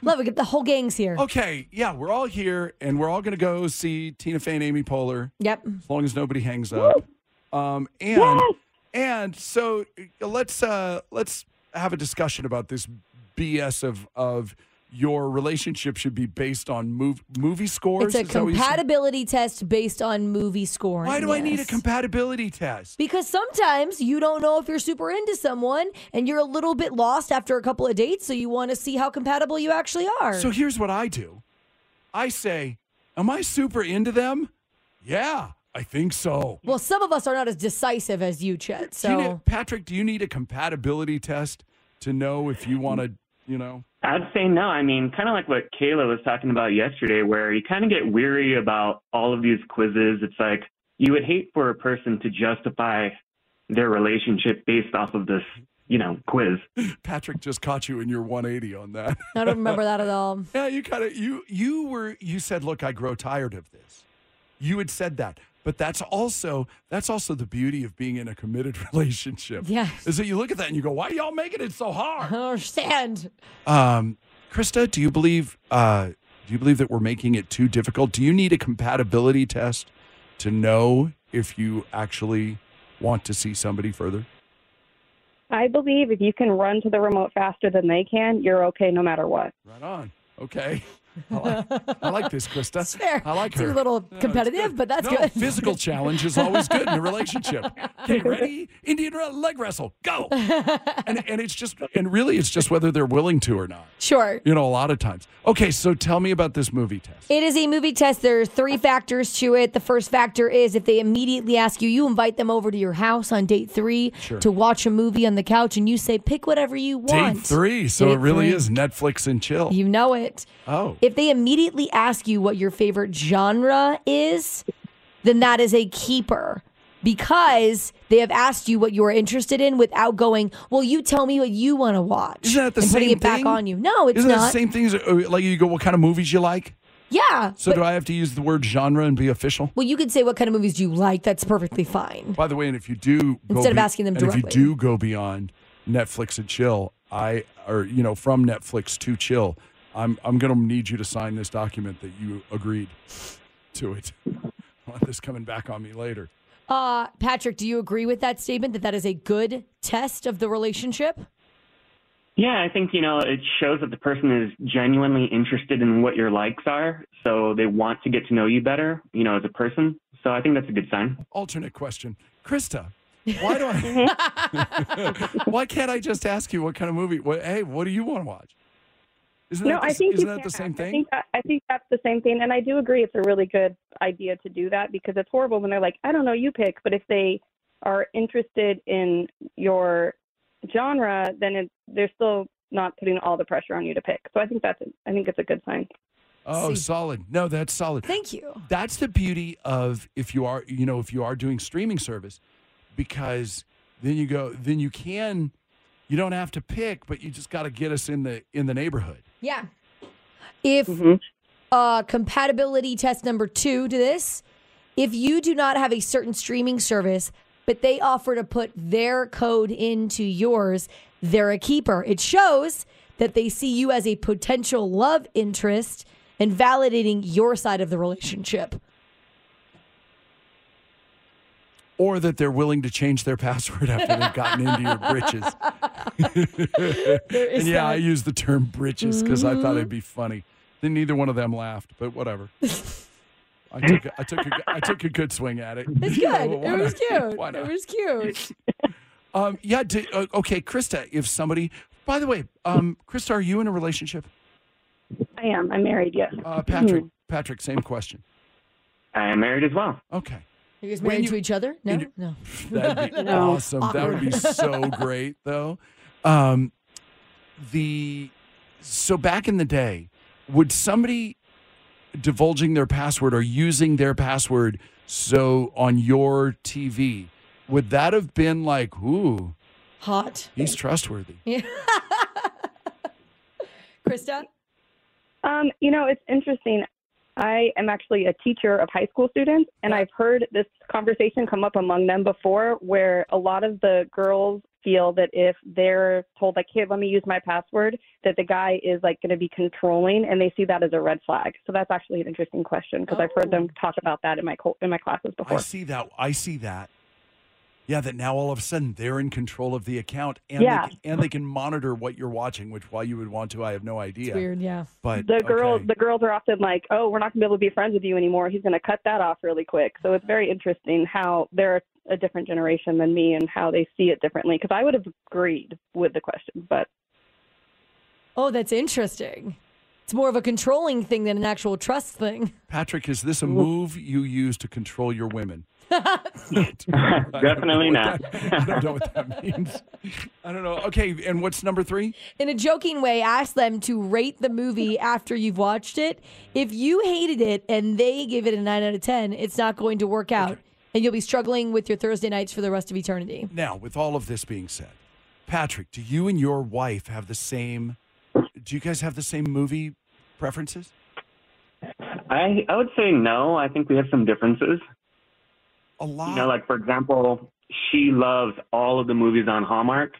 [SPEAKER 10] Love it. Get the whole gang's
[SPEAKER 3] Oh,
[SPEAKER 10] here.
[SPEAKER 3] Okay, yeah, we're all here, and we're all gonna go see Tina Fey and Amy Poehler,
[SPEAKER 10] Yep.
[SPEAKER 3] as long as nobody hangs up. Um, and and so uh, let's uh, let's have a discussion about this BS of of your relationship should be based on mov- movie
[SPEAKER 10] It's
[SPEAKER 3] scores.
[SPEAKER 10] a
[SPEAKER 3] Is that what you said?
[SPEAKER 10] compatibility test based on movie scoring.
[SPEAKER 3] Why do I need a
[SPEAKER 10] yes.
[SPEAKER 3] compatibility test?
[SPEAKER 10] Because sometimes you don't know if you're super into someone and you're a little bit lost after a couple of dates, so you want to see how compatible you actually are.
[SPEAKER 3] So here's what I do. I say, "Am I super into them?" Yeah, I think so.
[SPEAKER 10] well, some of us are not as decisive as you, Chet.
[SPEAKER 3] Do you
[SPEAKER 10] So
[SPEAKER 3] need- Patrick, do you need a compatibility test to know if you want to, you know?
[SPEAKER 15] I'd say no. I mean, kind of like what Kayla was talking about yesterday, where you kind of get weary about all of these quizzes. It's like you would hate for a person to justify their relationship based off of this, you know, quiz.
[SPEAKER 3] Patrick just caught you in your 180 on that.
[SPEAKER 10] I don't remember that at all.
[SPEAKER 3] yeah, you kind of you you were you said, "Look, I grow tired of this." You had said that. But that's also that's also the beauty of being in a committed relationship.
[SPEAKER 10] Yes.
[SPEAKER 3] Is that you look at that and you go, "Why are y'all making it so hard?"
[SPEAKER 10] I don't understand.
[SPEAKER 3] Um, Krista, do you believe uh, do you believe that we're making it too difficult? Do you need a compatibility test to know if you actually want to see somebody further?
[SPEAKER 16] I believe if you can run to the remote faster than they can, you're okay no matter what.
[SPEAKER 3] Right on. Okay. I like, I like this, Krista.
[SPEAKER 10] fair.
[SPEAKER 3] I like
[SPEAKER 10] It's a
[SPEAKER 3] her.
[SPEAKER 10] little
[SPEAKER 3] No, it's
[SPEAKER 10] competitive,
[SPEAKER 3] good.
[SPEAKER 10] but that's
[SPEAKER 3] No,
[SPEAKER 10] good.
[SPEAKER 3] Physical challenge is always good in a relationship. Okay, ready? Indian re- leg wrestle. Go. and and it's just and really it's just whether they're willing to or not.
[SPEAKER 10] Sure.
[SPEAKER 3] You know, a lot of times. Okay, so tell me about this movie test.
[SPEAKER 10] It is a movie test. There are three factors to it. The first factor is if they immediately ask you, you invite them over to your house on date three
[SPEAKER 3] Sure.
[SPEAKER 10] to watch a movie on the couch, and you say, pick whatever you want.
[SPEAKER 3] Date three. So
[SPEAKER 10] Date
[SPEAKER 3] it really
[SPEAKER 10] three.
[SPEAKER 3] is Netflix and chill.
[SPEAKER 10] You know it.
[SPEAKER 3] oh.
[SPEAKER 10] If they immediately ask you what your favorite genre is, then that is a keeper because they have asked you what you are interested in without going, well, you tell me what you want to watch.
[SPEAKER 3] Isn't that the
[SPEAKER 10] and
[SPEAKER 3] same
[SPEAKER 10] putting
[SPEAKER 3] thing?
[SPEAKER 10] it back on you. No, it's
[SPEAKER 3] Isn't that
[SPEAKER 10] not.
[SPEAKER 3] the same thing as uh, like you go, what kind of movies you like?
[SPEAKER 10] yeah.
[SPEAKER 3] So
[SPEAKER 10] but-
[SPEAKER 3] do I have to use the word genre and be official?
[SPEAKER 10] well, you could say what kind of movies do you like. That's perfectly fine.
[SPEAKER 3] By the way, and if you do go
[SPEAKER 10] Instead of asking them
[SPEAKER 3] and if
[SPEAKER 10] directly.
[SPEAKER 3] you do go beyond Netflix and chill, I or you know from Netflix to chill, I'm I'm gonna need you to sign this document that you agreed to it. I want this coming back on me later.
[SPEAKER 10] Uh, Patrick, do you agree with that statement that that is a good test of the relationship?
[SPEAKER 15] Yeah, I think, you know, it shows that the person is genuinely interested in what your likes are. So they want to get to know you better, you know, as a person. So I think that's a good sign.
[SPEAKER 3] Alternate question, Krista. Why do I? why can't I just ask you what kind of movie? What, hey, what do you want to watch? Isn't
[SPEAKER 16] no,
[SPEAKER 3] that the,
[SPEAKER 16] I think you
[SPEAKER 3] isn't that
[SPEAKER 16] can.
[SPEAKER 3] the same
[SPEAKER 16] I
[SPEAKER 3] thing?
[SPEAKER 16] think, I think that's the same thing, and I do agree. It's a really good idea to do that because it's horrible when they're like, "I don't know, you pick." But if they are interested in your genre, then it, they're still not putting all the pressure on you to pick. So I think that's I think it's a good sign.
[SPEAKER 3] Oh, solid. No, that's solid.
[SPEAKER 10] Thank you.
[SPEAKER 3] That's the beauty of if you are, you know, if you are doing streaming service because then you go then you can you don't have to pick, but you just got to get us in the in the neighborhood.
[SPEAKER 10] Yeah. If uh, compatibility test number two to this, if you do not have a certain streaming service, but they offer to put their code into yours, they're a keeper. It shows that they see you as a potential love interest and validating your side of the relationship.
[SPEAKER 3] Or that they're willing to change their password after they've gotten into your britches.
[SPEAKER 10] is
[SPEAKER 3] and yeah, I
[SPEAKER 10] that.
[SPEAKER 3] used the term britches because I thought
[SPEAKER 10] Mhm.
[SPEAKER 3] it'd be funny. Then neither one of them laughed, but whatever. I took a, I took a, I took a good swing at it.
[SPEAKER 10] It's
[SPEAKER 3] You know,
[SPEAKER 10] good.
[SPEAKER 3] why
[SPEAKER 10] It was
[SPEAKER 3] not?
[SPEAKER 10] cute.
[SPEAKER 3] Why not?
[SPEAKER 10] It was cute.
[SPEAKER 3] Um, yeah. d uh, okay, Krista. If somebody, by the way, um, Krista, are you in a relationship?
[SPEAKER 16] I am. I'm married. Yes.
[SPEAKER 3] Uh, Patrick. Patrick, same question.
[SPEAKER 15] Hmm. I am married as well.
[SPEAKER 3] Okay.
[SPEAKER 10] You guys married to each other? No, no.
[SPEAKER 3] That'd be awesome. That would be
[SPEAKER 10] Awkward.
[SPEAKER 3] so great, though. Um, the so back in the day, would somebody divulging their password or using their password so on your TV would that have been like, ooh,
[SPEAKER 10] hot?
[SPEAKER 3] He's trustworthy.
[SPEAKER 10] Krista?
[SPEAKER 16] Um, you know, it's interesting. I am actually a teacher of high school students, and I've heard this conversation come up among them before where a lot of the girls feel that if they're told, like, hey, let me use my password, that the guy is like going to be controlling, and they see that as a red flag. So that's actually an interesting question because I've heard them talk about that in my co- in my classes
[SPEAKER 3] I
[SPEAKER 16] before.
[SPEAKER 3] see that. I see that. Yeah, that now all of a sudden they're in control of the account and
[SPEAKER 16] Yeah.
[SPEAKER 3] they can, and they can monitor what you're watching, which why you would want to, I have no idea.
[SPEAKER 10] weird, yeah.
[SPEAKER 3] But
[SPEAKER 16] the girls
[SPEAKER 3] okay.
[SPEAKER 16] the girls are often like, "Oh, we're not going to be able to be friends with you anymore. He's going to cut that off really quick." So it's very interesting how they're a different generation than me and how they see it differently. Because I would have agreed with the question, but
[SPEAKER 10] Oh, that's interesting. It's more of a controlling thing than an actual trust thing.
[SPEAKER 3] Patrick, is this a move you use to control your women?
[SPEAKER 15] Definitely not.
[SPEAKER 3] I don't know what that means. I don't know. Okay, and what's number three?
[SPEAKER 10] In a joking way, ask them to rate the movie after you've watched it. If you hated it and they give it a 9 out of 10, it's not going to work out. And you'll be struggling with your Thursday nights for the rest of eternity.
[SPEAKER 3] Now, with all of this being said, Patrick, do you and your wife have the same? Do you guys have the same movie preferences?
[SPEAKER 15] I I would say no. I think we have some differences.
[SPEAKER 3] A lot.
[SPEAKER 15] You know, like for example, she loves all of the movies on Hallmark,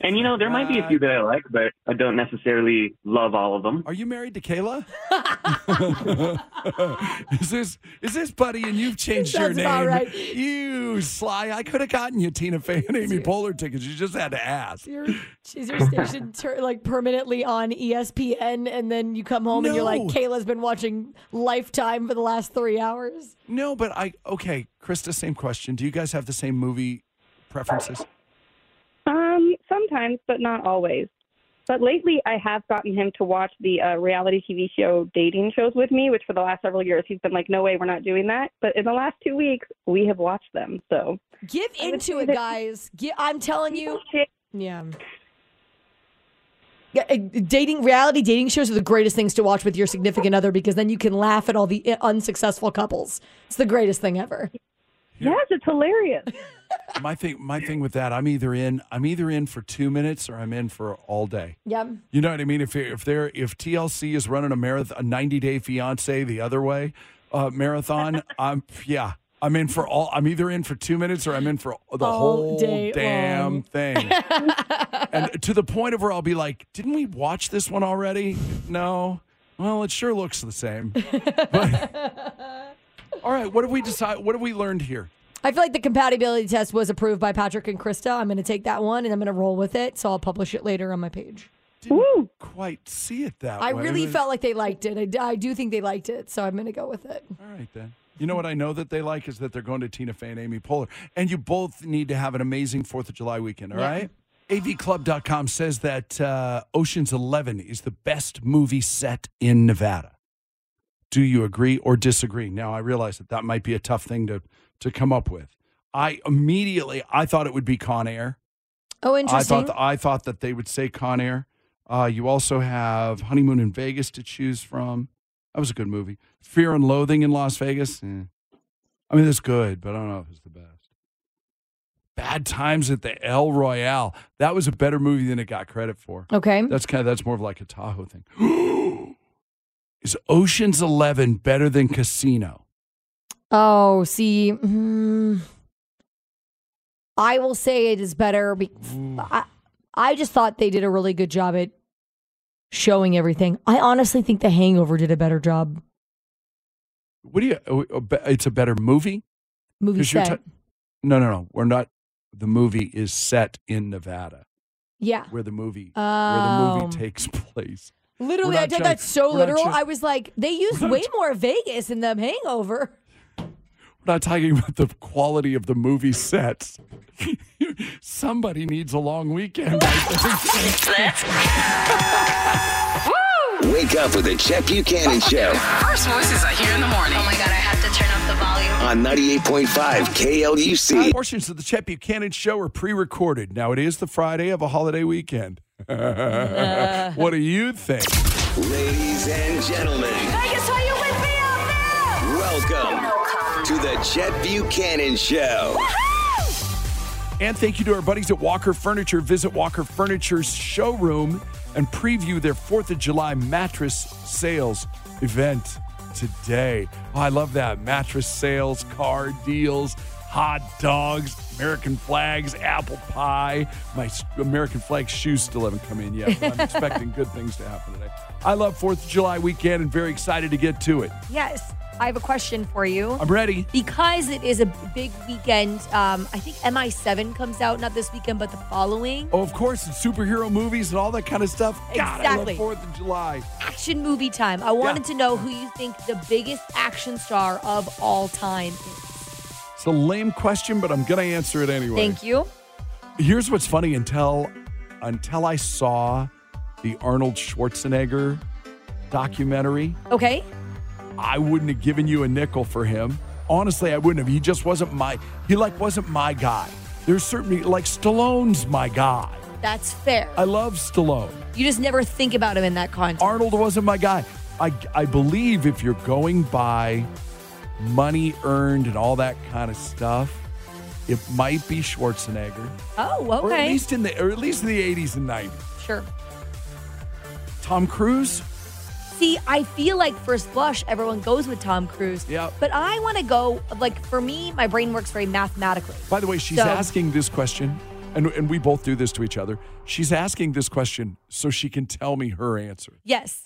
[SPEAKER 15] and you know there might be a few that I like, but I don't necessarily love all of them.
[SPEAKER 3] Are you married to Kayla? is this is this buddy? And you've changed your
[SPEAKER 10] Sounds
[SPEAKER 3] name.
[SPEAKER 10] about right.
[SPEAKER 3] You sly! I could have gotten you Tina Fey and Amy Poehler tickets. You just had to ask.
[SPEAKER 10] Your, is your station tur like permanently on E ESPN, and then you come home and you're like,
[SPEAKER 3] No.
[SPEAKER 10] Kayla's been watching Lifetime for the last three hours?
[SPEAKER 3] No, but I okay, Krista. Same question. Do you guys have the same movie preferences?
[SPEAKER 16] um, sometimes, but not always. But lately, I have gotten him to watch the uh, reality TV show dating shows with me, which for the last several years he's been like, "No way, we're not doing that." But in the last two weeks, we have watched them. So
[SPEAKER 10] Give into it, guys. Gi- I'm telling you. Yeah. Yeah, uh, dating reality dating shows are the greatest things to watch with your significant other because then you can laugh at all the i- unsuccessful couples. It's the greatest thing ever.
[SPEAKER 16] Yes, it's hilarious.
[SPEAKER 3] my thing, my thing with that, I'm either in, I'm either in for two minutes or I'm in for all day.
[SPEAKER 10] Yep.
[SPEAKER 3] You know what I mean? If if they're if TLC is running a marathon, a 90 day fiance the other way uh, marathon, I'm yeah, I'm in for all. I'm either in for two minutes or I'm in for the
[SPEAKER 10] All
[SPEAKER 3] whole
[SPEAKER 10] day
[SPEAKER 3] damn
[SPEAKER 10] long.
[SPEAKER 3] thing. and to the point of where I'll be like, didn't we watch this one already? No. Well, it sure looks the same. But- all right, what have we decide? What have we learned here?
[SPEAKER 10] I feel like the compatibility test was approved by Patrick and Krista. I'm going to take that one and I'm going to roll with it. So I'll publish it later on my page.
[SPEAKER 3] Didn't quite see it that
[SPEAKER 10] I
[SPEAKER 3] way.
[SPEAKER 10] really
[SPEAKER 3] There's-
[SPEAKER 10] felt like they liked it. I d- I, do think they liked it. So I'm going to go with it.
[SPEAKER 3] All right, then. You know what I know that they like is that they're going to Tina Fey and Amy Poehler. And you both need to have an amazing 4th of July weekend, all
[SPEAKER 10] Yeah.
[SPEAKER 3] right? AVClub.com says that uh, Ocean's 11 is the best movie set in Nevada. Do you agree or disagree? Now, I realize that that might be a tough thing to, to come up with. I immediately, I thought it would be Con Air.
[SPEAKER 17] Oh,
[SPEAKER 3] I
[SPEAKER 17] interesting.
[SPEAKER 3] thought, I thought that they would say Con Air. Uh, you also have Honeymoon in Vegas to choose from. That was a good movie. Fear and Loathing in Las Vegas. eh. I mean, it's good, but I don't know if it's the best. Bad Times at the El Royale. That was a better movie than it got credit for.
[SPEAKER 10] Mm-hmm.
[SPEAKER 17] Okay.
[SPEAKER 3] That's kind of that's more of like a Tahoe thing. Is Ocean's Eleven better than Casino?
[SPEAKER 17] Oh, see, mm, I will say it is better. Be- I, I just thought they did a really good job at showing everything. I honestly think The Hangover did a better job.
[SPEAKER 3] What do you? oh, oh, be- It's a better movie.
[SPEAKER 17] Movie
[SPEAKER 3] 'Cause you're
[SPEAKER 17] set.
[SPEAKER 3] ta- no, no, no. We're not. The movie is set in Nevada,
[SPEAKER 17] Yeah.
[SPEAKER 3] where the movie where the
[SPEAKER 17] Oh.
[SPEAKER 3] movie takes place.
[SPEAKER 17] Literally,
[SPEAKER 3] We're
[SPEAKER 17] I
[SPEAKER 3] not
[SPEAKER 17] took
[SPEAKER 3] trying-
[SPEAKER 17] that so
[SPEAKER 3] we're not
[SPEAKER 17] literal.
[SPEAKER 3] trying-
[SPEAKER 17] I was like, they used
[SPEAKER 3] not
[SPEAKER 17] way more Vegas in The Hangover.
[SPEAKER 3] We're not talking about the quality of the movie sets. Somebody needs a long weekend.
[SPEAKER 4] Wake up with the Chet Buchanan Show
[SPEAKER 9] First voices I hear in the morning. Oh my God, I have to turn up the volume.
[SPEAKER 4] on 98.5 KLUC.
[SPEAKER 3] Portions of the Chet Buchanan Show are pre-recorded. Now it is the Friday of a holiday weekend. what do you think?
[SPEAKER 4] Ladies and gentlemen,
[SPEAKER 18] Vegas, are you with me out there?
[SPEAKER 4] welcome to the Chet Buchanan Show.
[SPEAKER 3] And thank you to our buddies at Walker Furniture. Visit Walker Furniture's showroom and preview their 4th of July mattress sales event today. Oh, I love that. Mattress sales, car deals, hot dogs, American flags, apple pie. My s- American flag shoes still haven't come in yet, but I'm expecting good things to happen today. I love 4th of July weekend and very excited to get to it.
[SPEAKER 10] Yes, I have a question for you.
[SPEAKER 3] I'm ready.
[SPEAKER 10] Because it is a big weekend, um, I think MI7 comes out, not this weekend, but the following.
[SPEAKER 3] Oh, of course, it's superhero movies and all that kind of stuff. God, I love
[SPEAKER 10] Exactly.
[SPEAKER 3] 4th of July.
[SPEAKER 10] Action movie time. I wanted to know who you think the biggest action star of all time is.
[SPEAKER 3] It's a lame question, but I'm gonna answer it anyway.
[SPEAKER 10] Thank you.
[SPEAKER 3] Here's what's funny until until I saw the Arnold Schwarzenegger documentary,
[SPEAKER 10] Okay.
[SPEAKER 3] I wouldn't have given you a nickel for him. Honestly, I wouldn't have. He just wasn't my he like wasn't my guy. There's certainly like Stallone's my guy.
[SPEAKER 10] That's fair.
[SPEAKER 3] I love Stallone.
[SPEAKER 10] You just never think about him in that context.
[SPEAKER 3] Arnold wasn't my guy. I I believe if you're going by money earned and all that kind of stuff, it might be Schwarzenegger.
[SPEAKER 10] Oh,
[SPEAKER 3] Or at
[SPEAKER 10] okay.
[SPEAKER 3] least in the or at least in the eighties and nineties.
[SPEAKER 10] Sure.
[SPEAKER 3] Tom Cruise?
[SPEAKER 10] See, I feel like first blush, everyone goes with Tom Cruise.
[SPEAKER 3] Yeah.
[SPEAKER 10] But I want to go, like, for me, my brain works very mathematically.
[SPEAKER 3] By the way, she's
[SPEAKER 10] So-
[SPEAKER 3] asking this question, and, and we both do this to each other. She's asking this question so she can tell me her answer.
[SPEAKER 10] Yes.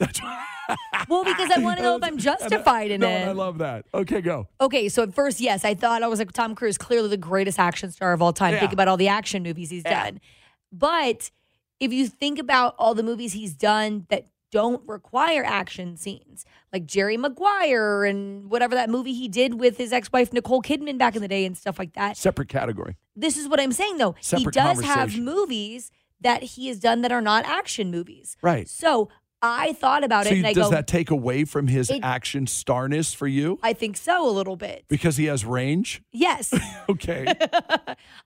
[SPEAKER 10] well, because I want to know if I'm justified in
[SPEAKER 3] no,
[SPEAKER 10] it.
[SPEAKER 3] I love that. Okay, go.
[SPEAKER 10] Okay, so at first, yes, I thought I was like Tom Cruise, clearly the greatest action star of all time.
[SPEAKER 3] Yeah.
[SPEAKER 10] Think about all the action movies he's
[SPEAKER 3] Yeah.
[SPEAKER 10] done. But if you think about all the movies he's done that don't require action scenes, like Jerry Maguire and whatever that movie he did with his ex-wife Nicole Kidman back in the day and stuff like that.
[SPEAKER 3] Separate category.
[SPEAKER 10] This is what I'm saying though.
[SPEAKER 3] Separate
[SPEAKER 10] he does have
[SPEAKER 3] conversation.
[SPEAKER 10] movies that he has done that are not action movies.
[SPEAKER 3] Right.
[SPEAKER 10] So I thought about
[SPEAKER 3] So
[SPEAKER 10] it and I
[SPEAKER 3] does
[SPEAKER 10] go,
[SPEAKER 3] that take away from his
[SPEAKER 10] It-
[SPEAKER 3] action starness for you?
[SPEAKER 10] I think so a little bit.
[SPEAKER 3] Because he has range?
[SPEAKER 10] Yes.
[SPEAKER 3] Okay.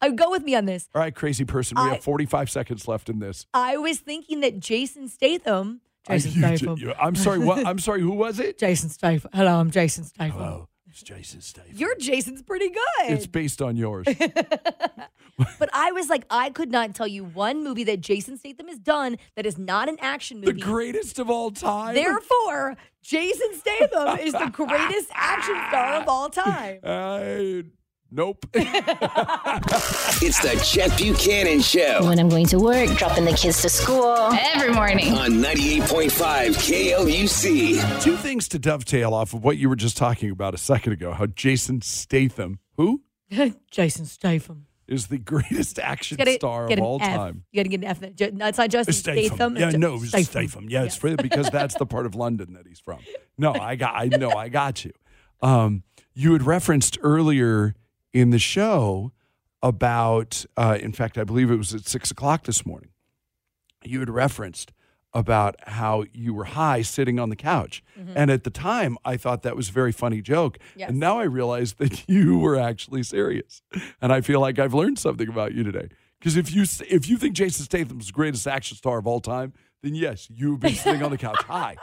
[SPEAKER 10] I go with me on this.
[SPEAKER 3] All right, crazy person. We
[SPEAKER 10] I-
[SPEAKER 3] have 45 seconds left in this.
[SPEAKER 10] I was thinking that Jason Statham.
[SPEAKER 3] I- you- you- I'm sorry, what? I'm sorry, who was it?
[SPEAKER 10] Jason Statham. Hello, I'm Jason Statham.
[SPEAKER 3] Hello, Oh, it's Jason Statham.
[SPEAKER 10] Your Jason's pretty good.
[SPEAKER 3] It's based on yours.
[SPEAKER 10] but I was like, I could not tell you one movie that Jason Statham has done that is not an action
[SPEAKER 3] the
[SPEAKER 10] movie.
[SPEAKER 3] greatest of all time.
[SPEAKER 10] Therefore, Jason Statham is the greatest action star of all time.
[SPEAKER 3] Uh, nope.
[SPEAKER 4] It's the Chet Buchanan Show
[SPEAKER 19] When I'm going to work, dropping the kids to school. Every morning.
[SPEAKER 4] on 98.5 KLUC.
[SPEAKER 3] Two things to dovetail off of what you were just talking about a second ago how Jason Statham, who
[SPEAKER 10] Jason Statham.
[SPEAKER 3] is the greatest action
[SPEAKER 10] Get it?
[SPEAKER 3] star
[SPEAKER 10] get
[SPEAKER 3] of
[SPEAKER 10] an
[SPEAKER 3] all
[SPEAKER 10] F.
[SPEAKER 3] time.
[SPEAKER 10] You gotta get an F. in that. No, it's not Justin Statham.
[SPEAKER 3] Yeah,
[SPEAKER 10] it's
[SPEAKER 3] no,
[SPEAKER 10] Statham.
[SPEAKER 3] Statham. Yeah, it's for- because that's the part of London that he's from. No, I got I know I got you. Um, you had referenced earlier in the show about uh, in fact, I believe it was at six o'clock this morning. You had referenced about how you were high sitting on the couch. And at the time I thought that was a very funny joke.
[SPEAKER 10] Yes.
[SPEAKER 3] And now I realize that you were actually serious. And I feel like I've learned something about you today. Because if you s- if you think Jason Statham's the greatest action star of all time, then yes, you've been sitting on the couch high.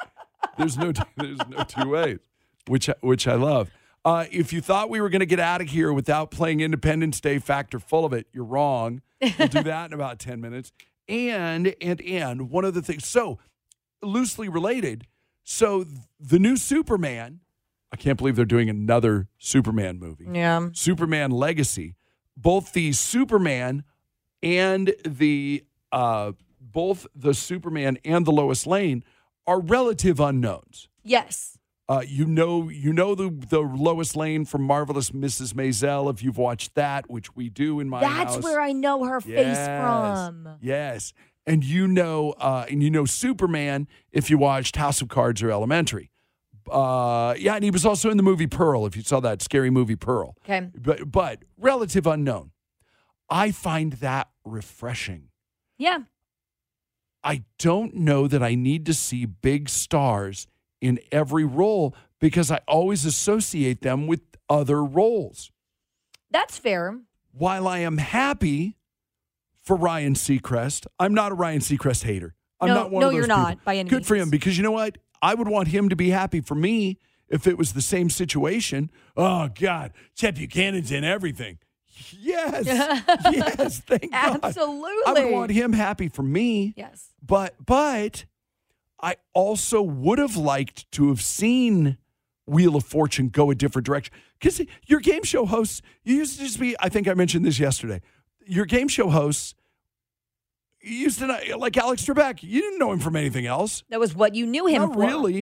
[SPEAKER 3] There's no there's no two ways, which I- which I love. Uh, if you thought we were going to get out of here without playing Independence Day Factor Full of It, you're wrong. We'll do that in about ten minutes. And and and one of the things so loosely related. So th- the new Superman. I can't believe they're doing another Superman movie.
[SPEAKER 6] Yeah.
[SPEAKER 3] Superman Legacy. Both the Superman and the uh, both the Superman and the Lois Lane are relative unknowns.
[SPEAKER 6] Yes.
[SPEAKER 3] Uh, you know, you know the the Lois Lane from Marvelous Mrs. Maisel if you've watched that, which we do in my
[SPEAKER 6] That's
[SPEAKER 3] house.
[SPEAKER 6] where I know her face from.
[SPEAKER 3] Yes. And you know, uh, and you know Superman if you watched House of Cards or Elementary. Uh, yeah, and he was also in the movie Pearl. If you saw that scary movie Pearl,
[SPEAKER 6] Okay.
[SPEAKER 3] but but relative unknown. I find that refreshing.
[SPEAKER 6] Yeah.
[SPEAKER 3] I don't know that I need to see big stars in every role because I always associate them with other roles.
[SPEAKER 6] That's fair.
[SPEAKER 3] While I am happy for Ryan Seacrest, I'm not a Ryan Seacrest hater. I'm
[SPEAKER 6] No-
[SPEAKER 3] not one
[SPEAKER 6] no,
[SPEAKER 3] of those
[SPEAKER 6] you're
[SPEAKER 3] people.
[SPEAKER 6] not, by any
[SPEAKER 3] Good for him because you know what? I would want him to be happy for me if it was the same situation. Oh God, Chet Buchanan's in everything. Yes, yes, thank God.
[SPEAKER 6] Absolutely.
[SPEAKER 3] I would want him happy for me.
[SPEAKER 6] Yes.
[SPEAKER 3] But but I also would have liked to have seen Wheel of Fortune go a different direction. Because your game show hosts, you used to just be, I think I mentioned this yesterday. Your game show hosts you used to not, like Alex Trebek, you didn't know him from anything else.
[SPEAKER 6] That was what you knew him
[SPEAKER 3] Not
[SPEAKER 6] for.
[SPEAKER 3] really.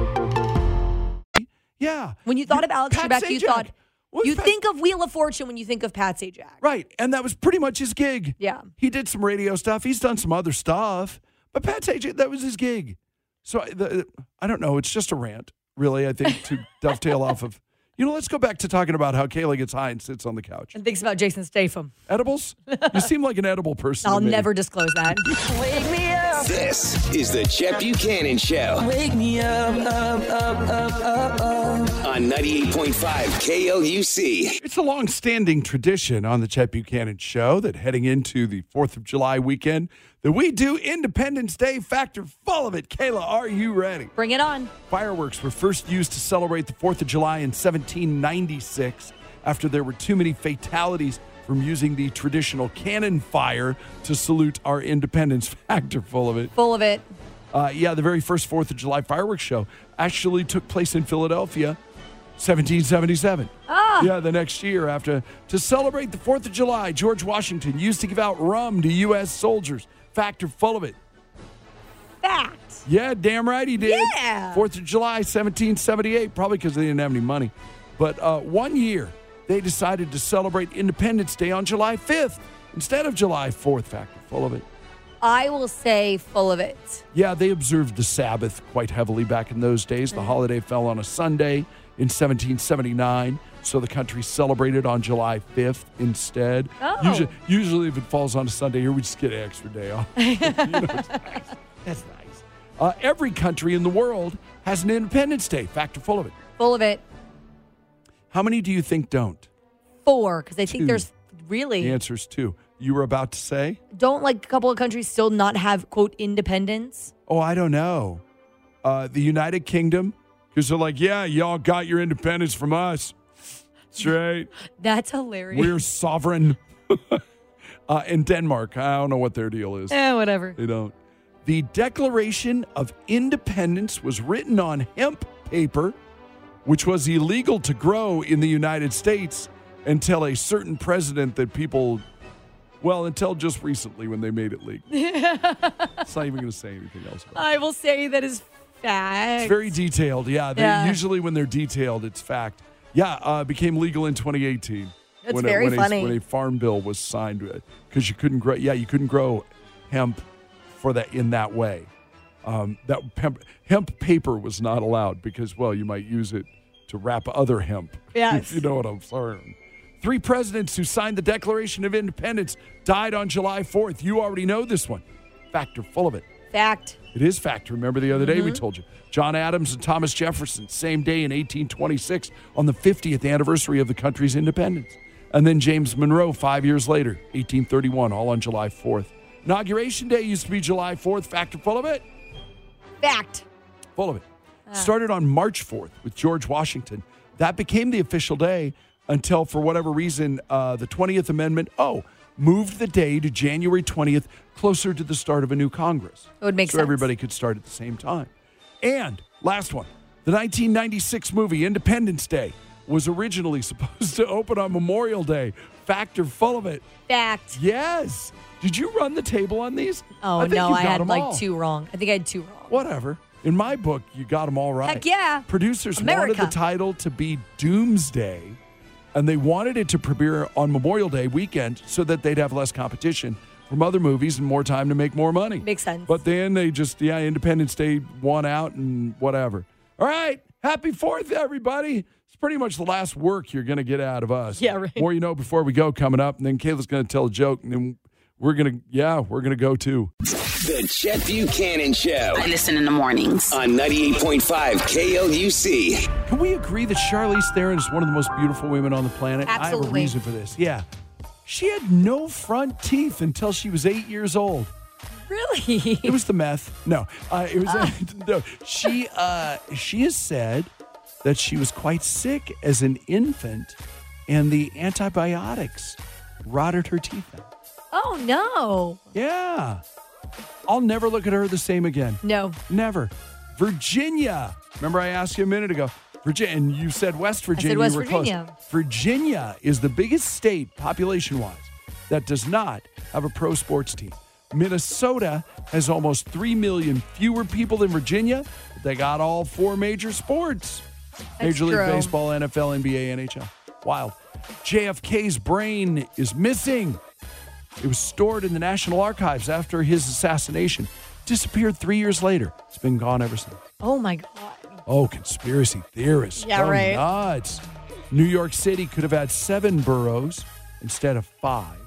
[SPEAKER 3] Yeah.
[SPEAKER 6] When you thought of Alex
[SPEAKER 20] Pat
[SPEAKER 6] Trebek, you
[SPEAKER 20] Sajak.
[SPEAKER 6] thought you think of Wheel of Fortune when you think of Pat Sajak.
[SPEAKER 3] Right. And that was pretty much his gig.
[SPEAKER 6] Yeah.
[SPEAKER 3] He did some radio stuff. He's done some other stuff. But Pat Sajak, that was his gig. So I, the, I don't know. It's just a rant, really, I think, to dovetail off of. You know, let's go back to talking about how Kayla gets high and sits on the couch.
[SPEAKER 6] And thinks about Jason Statham.
[SPEAKER 3] Edibles? You seem like an edible person. to
[SPEAKER 6] I'll
[SPEAKER 3] me.
[SPEAKER 6] never disclose that.
[SPEAKER 20] Wake me up.
[SPEAKER 4] This is the Chet Buchanan Show
[SPEAKER 21] Wake me up, up, up, up, up, up.
[SPEAKER 4] on 98.5 KLUC.
[SPEAKER 3] It's a long-standing tradition on the Chet Buchanan Show that heading into the Fourth of July weekend that we do Independence Day Factor full of it. Kayla, are you ready?
[SPEAKER 6] Bring it on.
[SPEAKER 3] Fireworks were first used to celebrate the Fourth of July in 1796 after there were too many fatalities from using the traditional cannon fire to salute our independence. Factor full of it.
[SPEAKER 6] Full of it.
[SPEAKER 3] Uh, yeah, the very first Fourth of July fireworks show actually took place in Philadelphia, 1777.
[SPEAKER 6] Ah.
[SPEAKER 3] Yeah, the next year after to celebrate the Fourth of July, George Washington used to give out rum to U.S. soldiers. Factor full of it.
[SPEAKER 6] Fact.
[SPEAKER 3] Yeah, damn right he did.
[SPEAKER 6] Yeah.
[SPEAKER 3] Fourth of July, 1778, probably because they didn't have any money. But uh, one year, they decided to celebrate Independence Day on July 5th instead of July 4th. Factor full of it.
[SPEAKER 6] I will say full of it.
[SPEAKER 3] Yeah, they observed the Sabbath quite heavily back in those days. The holiday fell on a Sunday in 1779, so the country celebrated on July 5th instead.
[SPEAKER 6] Oh.
[SPEAKER 3] Usually, usually if it falls on a Sunday here, we just get an extra day off. You know, it's nice. That's nice. Uh, every country in the world has an Independence Day, factor full of it.
[SPEAKER 6] Full of it.
[SPEAKER 3] How many do you think don't?
[SPEAKER 6] Four, because I think
[SPEAKER 3] Two.
[SPEAKER 6] there's really
[SPEAKER 3] The answer's two. You were about to say?
[SPEAKER 6] don't like a couple of countries still not have quote independence.
[SPEAKER 3] Oh, I don't know. Uh, the United Kingdom, because they're like, yeah, y'all got your independence from us. That's right.
[SPEAKER 6] That's hilarious.
[SPEAKER 3] We're sovereign. uh, in Denmark, I don't know what their deal is.
[SPEAKER 6] Eh, whatever.
[SPEAKER 3] They don't. The Declaration of Independence was written on hemp paper, which was illegal to grow in the United States until a certain president that people, well, until just recently when they made it legal. it's not even going to say anything else. About it.
[SPEAKER 6] I will say that is fact.
[SPEAKER 3] It's very detailed. Yeah, they,
[SPEAKER 6] Yeah.
[SPEAKER 3] usually when they're detailed, it's fact. Yeah, uh, became legal in 2018.
[SPEAKER 6] That's
[SPEAKER 3] when
[SPEAKER 6] very
[SPEAKER 3] a, when
[SPEAKER 6] funny.
[SPEAKER 3] A, when a farm bill was signed because you couldn't grow. Yeah, you couldn't grow hemp for that in that way. Um, that hemp, hemp paper was not allowed because well, you might use it to wrap other hemp.
[SPEAKER 22] Yes.
[SPEAKER 3] you know what I'm saying. Three presidents who signed the Declaration of Independence died on July 4th. You already know this one. Factor full of it.
[SPEAKER 6] Fact.
[SPEAKER 3] It is fact. Remember the other day we
[SPEAKER 6] Mhm.
[SPEAKER 3] told you. John Adams and Thomas Jefferson, same day in 1826, on the 50th anniversary of the country's independence. And then James Monroe, five years later, 1831, all on July 4th. Inauguration Day used to be July 4th. Factor full of it?
[SPEAKER 6] Fact.
[SPEAKER 3] Full of it.
[SPEAKER 6] Ah.
[SPEAKER 3] Started on March 4th with George Washington. That became the official day until, for whatever reason, uh, the 20th Amendment, oh, moved the day to January 20th, closer to the start of a new Congress.
[SPEAKER 6] It would make
[SPEAKER 3] so
[SPEAKER 6] sense.
[SPEAKER 3] everybody could start at the same time. And last one the 1996 movie Independence Day was originally supposed to open on Memorial Day. Factor full of it.
[SPEAKER 6] Fact.
[SPEAKER 3] Yes. Did you run the table on these?
[SPEAKER 6] Oh
[SPEAKER 3] think
[SPEAKER 6] no,
[SPEAKER 3] you
[SPEAKER 6] I
[SPEAKER 3] got
[SPEAKER 6] had
[SPEAKER 3] them
[SPEAKER 6] like
[SPEAKER 3] all.
[SPEAKER 6] two wrong. I think I had two wrong.
[SPEAKER 3] Whatever. In my book, you got them all right.
[SPEAKER 6] Heck yeah.
[SPEAKER 3] Producers
[SPEAKER 6] America.
[SPEAKER 3] wanted the title to be Doomsday, and they wanted it to premiere on Memorial Day weekend so that they'd have less competition from other movies and more time to make more money.
[SPEAKER 6] Makes sense.
[SPEAKER 3] But then they just, yeah, Independence Day won out and whatever. All right. Happy Fourth, everybody. It's pretty much the last work you're going to get out of us.
[SPEAKER 6] Yeah, right.
[SPEAKER 3] More you know before we go coming up. And then Kayla's going to tell a joke. And then we're going to, yeah, we're going to go too.
[SPEAKER 4] The Chet Buchanan Show.
[SPEAKER 23] I listen in the mornings.
[SPEAKER 4] On 98.5 KLUC.
[SPEAKER 3] Can we agree that Charlize Theron is one of the most beautiful women on the planet? I have a
[SPEAKER 23] Absolutely.
[SPEAKER 3] reason for this. Yeah. She had no front teeth until she was eight years old.
[SPEAKER 6] Really?
[SPEAKER 3] It was the meth. No, uh, it was no. She uh, she has said that she was quite sick as an infant, and the antibiotics rotted her teeth out.
[SPEAKER 6] Oh no.
[SPEAKER 3] Yeah, I'll never look at her the same again.
[SPEAKER 6] No.
[SPEAKER 3] Never. Virginia. Remember, I asked you a minute ago. Virginia, and you said West Virginia. you
[SPEAKER 6] West
[SPEAKER 3] were
[SPEAKER 6] Virginia.
[SPEAKER 3] Close. Virginia is the biggest state, population wise, that does not have a pro sports team. Minnesota has almost 3 million fewer people than Virginia. but They got all four major sports Major League
[SPEAKER 22] true.
[SPEAKER 3] Baseball, NFL, NBA, NHL. Wild. JFK's brain is missing. It was stored in the National Archives after his assassination. Disappeared three years later. It's been gone ever since.
[SPEAKER 6] Oh my god.
[SPEAKER 3] Oh, conspiracy theorists.
[SPEAKER 6] Yeah,
[SPEAKER 3] Go
[SPEAKER 6] right.
[SPEAKER 3] Nuts. New York City could have had seven boroughs instead of five.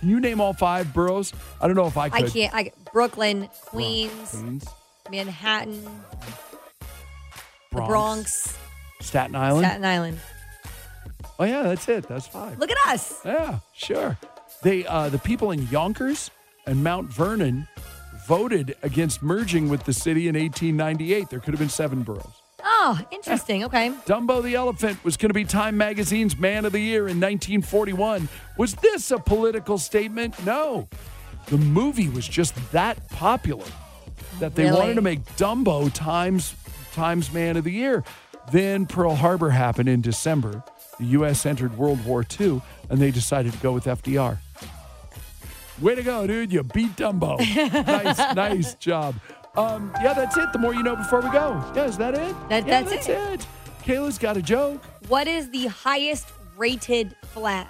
[SPEAKER 3] Can you name all five boroughs? I don't know if I
[SPEAKER 6] I
[SPEAKER 3] could.
[SPEAKER 6] can't. I Brooklyn, Queens,
[SPEAKER 3] Queens,
[SPEAKER 6] Manhattan, the
[SPEAKER 3] Bronx,
[SPEAKER 6] Bronx,
[SPEAKER 3] Staten Island.
[SPEAKER 6] Staten Island.
[SPEAKER 3] Oh yeah, that's it. That's five.
[SPEAKER 6] Look at us.
[SPEAKER 3] Yeah, sure. They uh, the people in Yonkers and Mount Vernon voted against merging with the city in 1898. There could have been seven boroughs.
[SPEAKER 6] Oh, interesting. Okay.
[SPEAKER 3] Dumbo the Elephant was going to be Time Magazine's Man of the Year in 1941. Was this a political statement? No. The movie was just that popular that they
[SPEAKER 22] Really?
[SPEAKER 3] wanted to make Dumbo Times Times Man of the Year. Then Pearl Harbor happened in December. The U.S. entered World War II, and they decided to go with FDR. Way to go, dude! You beat Dumbo. nice, nice job. Um, yeah, that's it. The more you know before we go. Yeah, is that it?
[SPEAKER 6] That-
[SPEAKER 3] Yeah,
[SPEAKER 6] that's
[SPEAKER 3] that's
[SPEAKER 6] it.
[SPEAKER 3] it. Kayla's got a joke.
[SPEAKER 6] What is the highest rated flag?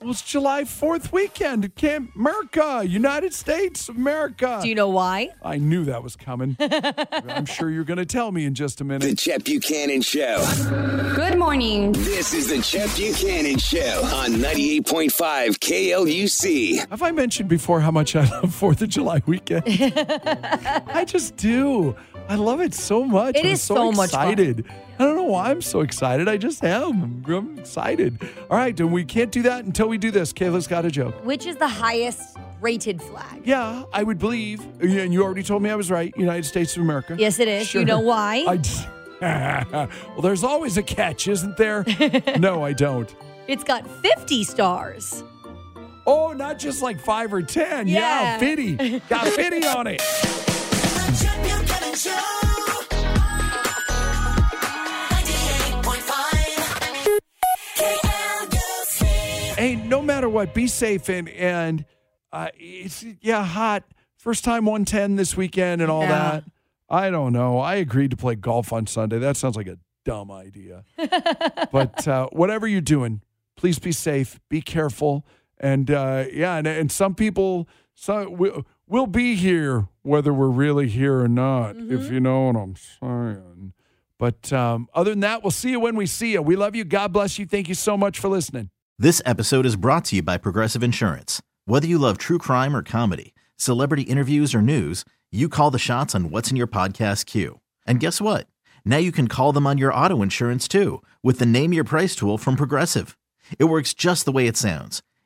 [SPEAKER 3] Well, it's July 4th weekend. Camp America, United States, of America.
[SPEAKER 6] Do you know why?
[SPEAKER 3] I knew that was coming. I'm sure you're going to tell me in just a minute.
[SPEAKER 4] The Chet Buchanan Show.
[SPEAKER 7] Good morning.
[SPEAKER 4] This is the Chet Buchanan Show on 98.5 KLUC.
[SPEAKER 3] Have I mentioned before how much I love 4th of July weekend? I just do. I love it so much.
[SPEAKER 22] It
[SPEAKER 3] I'm
[SPEAKER 22] is
[SPEAKER 3] so,
[SPEAKER 22] so much fun.
[SPEAKER 3] excited. I don't know why I'm so excited. I just am. I'm, I'm excited. All right, and we can't do that until we do this. Kayla's got a joke.
[SPEAKER 6] Which is the highest rated flag?
[SPEAKER 3] Yeah, I would believe. yeah, And you already told me I was right. United States of America.
[SPEAKER 6] Yes, it is. You know why?
[SPEAKER 3] I d- well, there's always a catch, isn't there? no, I don't.
[SPEAKER 6] It's got 50 stars.
[SPEAKER 3] Oh, not just like five or ten.
[SPEAKER 6] Yeah.
[SPEAKER 3] Yeah, 50. Got 50 on it. Hey, no matter what, be safe and and uh, it's yeah hot. First time 110 this weekend and all
[SPEAKER 22] Yeah.
[SPEAKER 3] that. I don't know. I agreed to play golf on Sunday. That sounds like a dumb idea. but uh, whatever you're doing, please be safe, be careful, and uh, yeah, and, and some people, some we'll, we'll be here whether we're really here or not, if you know what I'm saying. But um, other than that, we'll see you when we see you. We love you. God bless you. Thank you so much for listening.
[SPEAKER 13] This episode is brought to you by Progressive Insurance. Whether you love true crime or comedy, celebrity interviews or news, you call the shots on what's in your podcast queue. And guess what? Now you can call them on your auto insurance too with the Name Your Price tool from Progressive. It works just the way it sounds.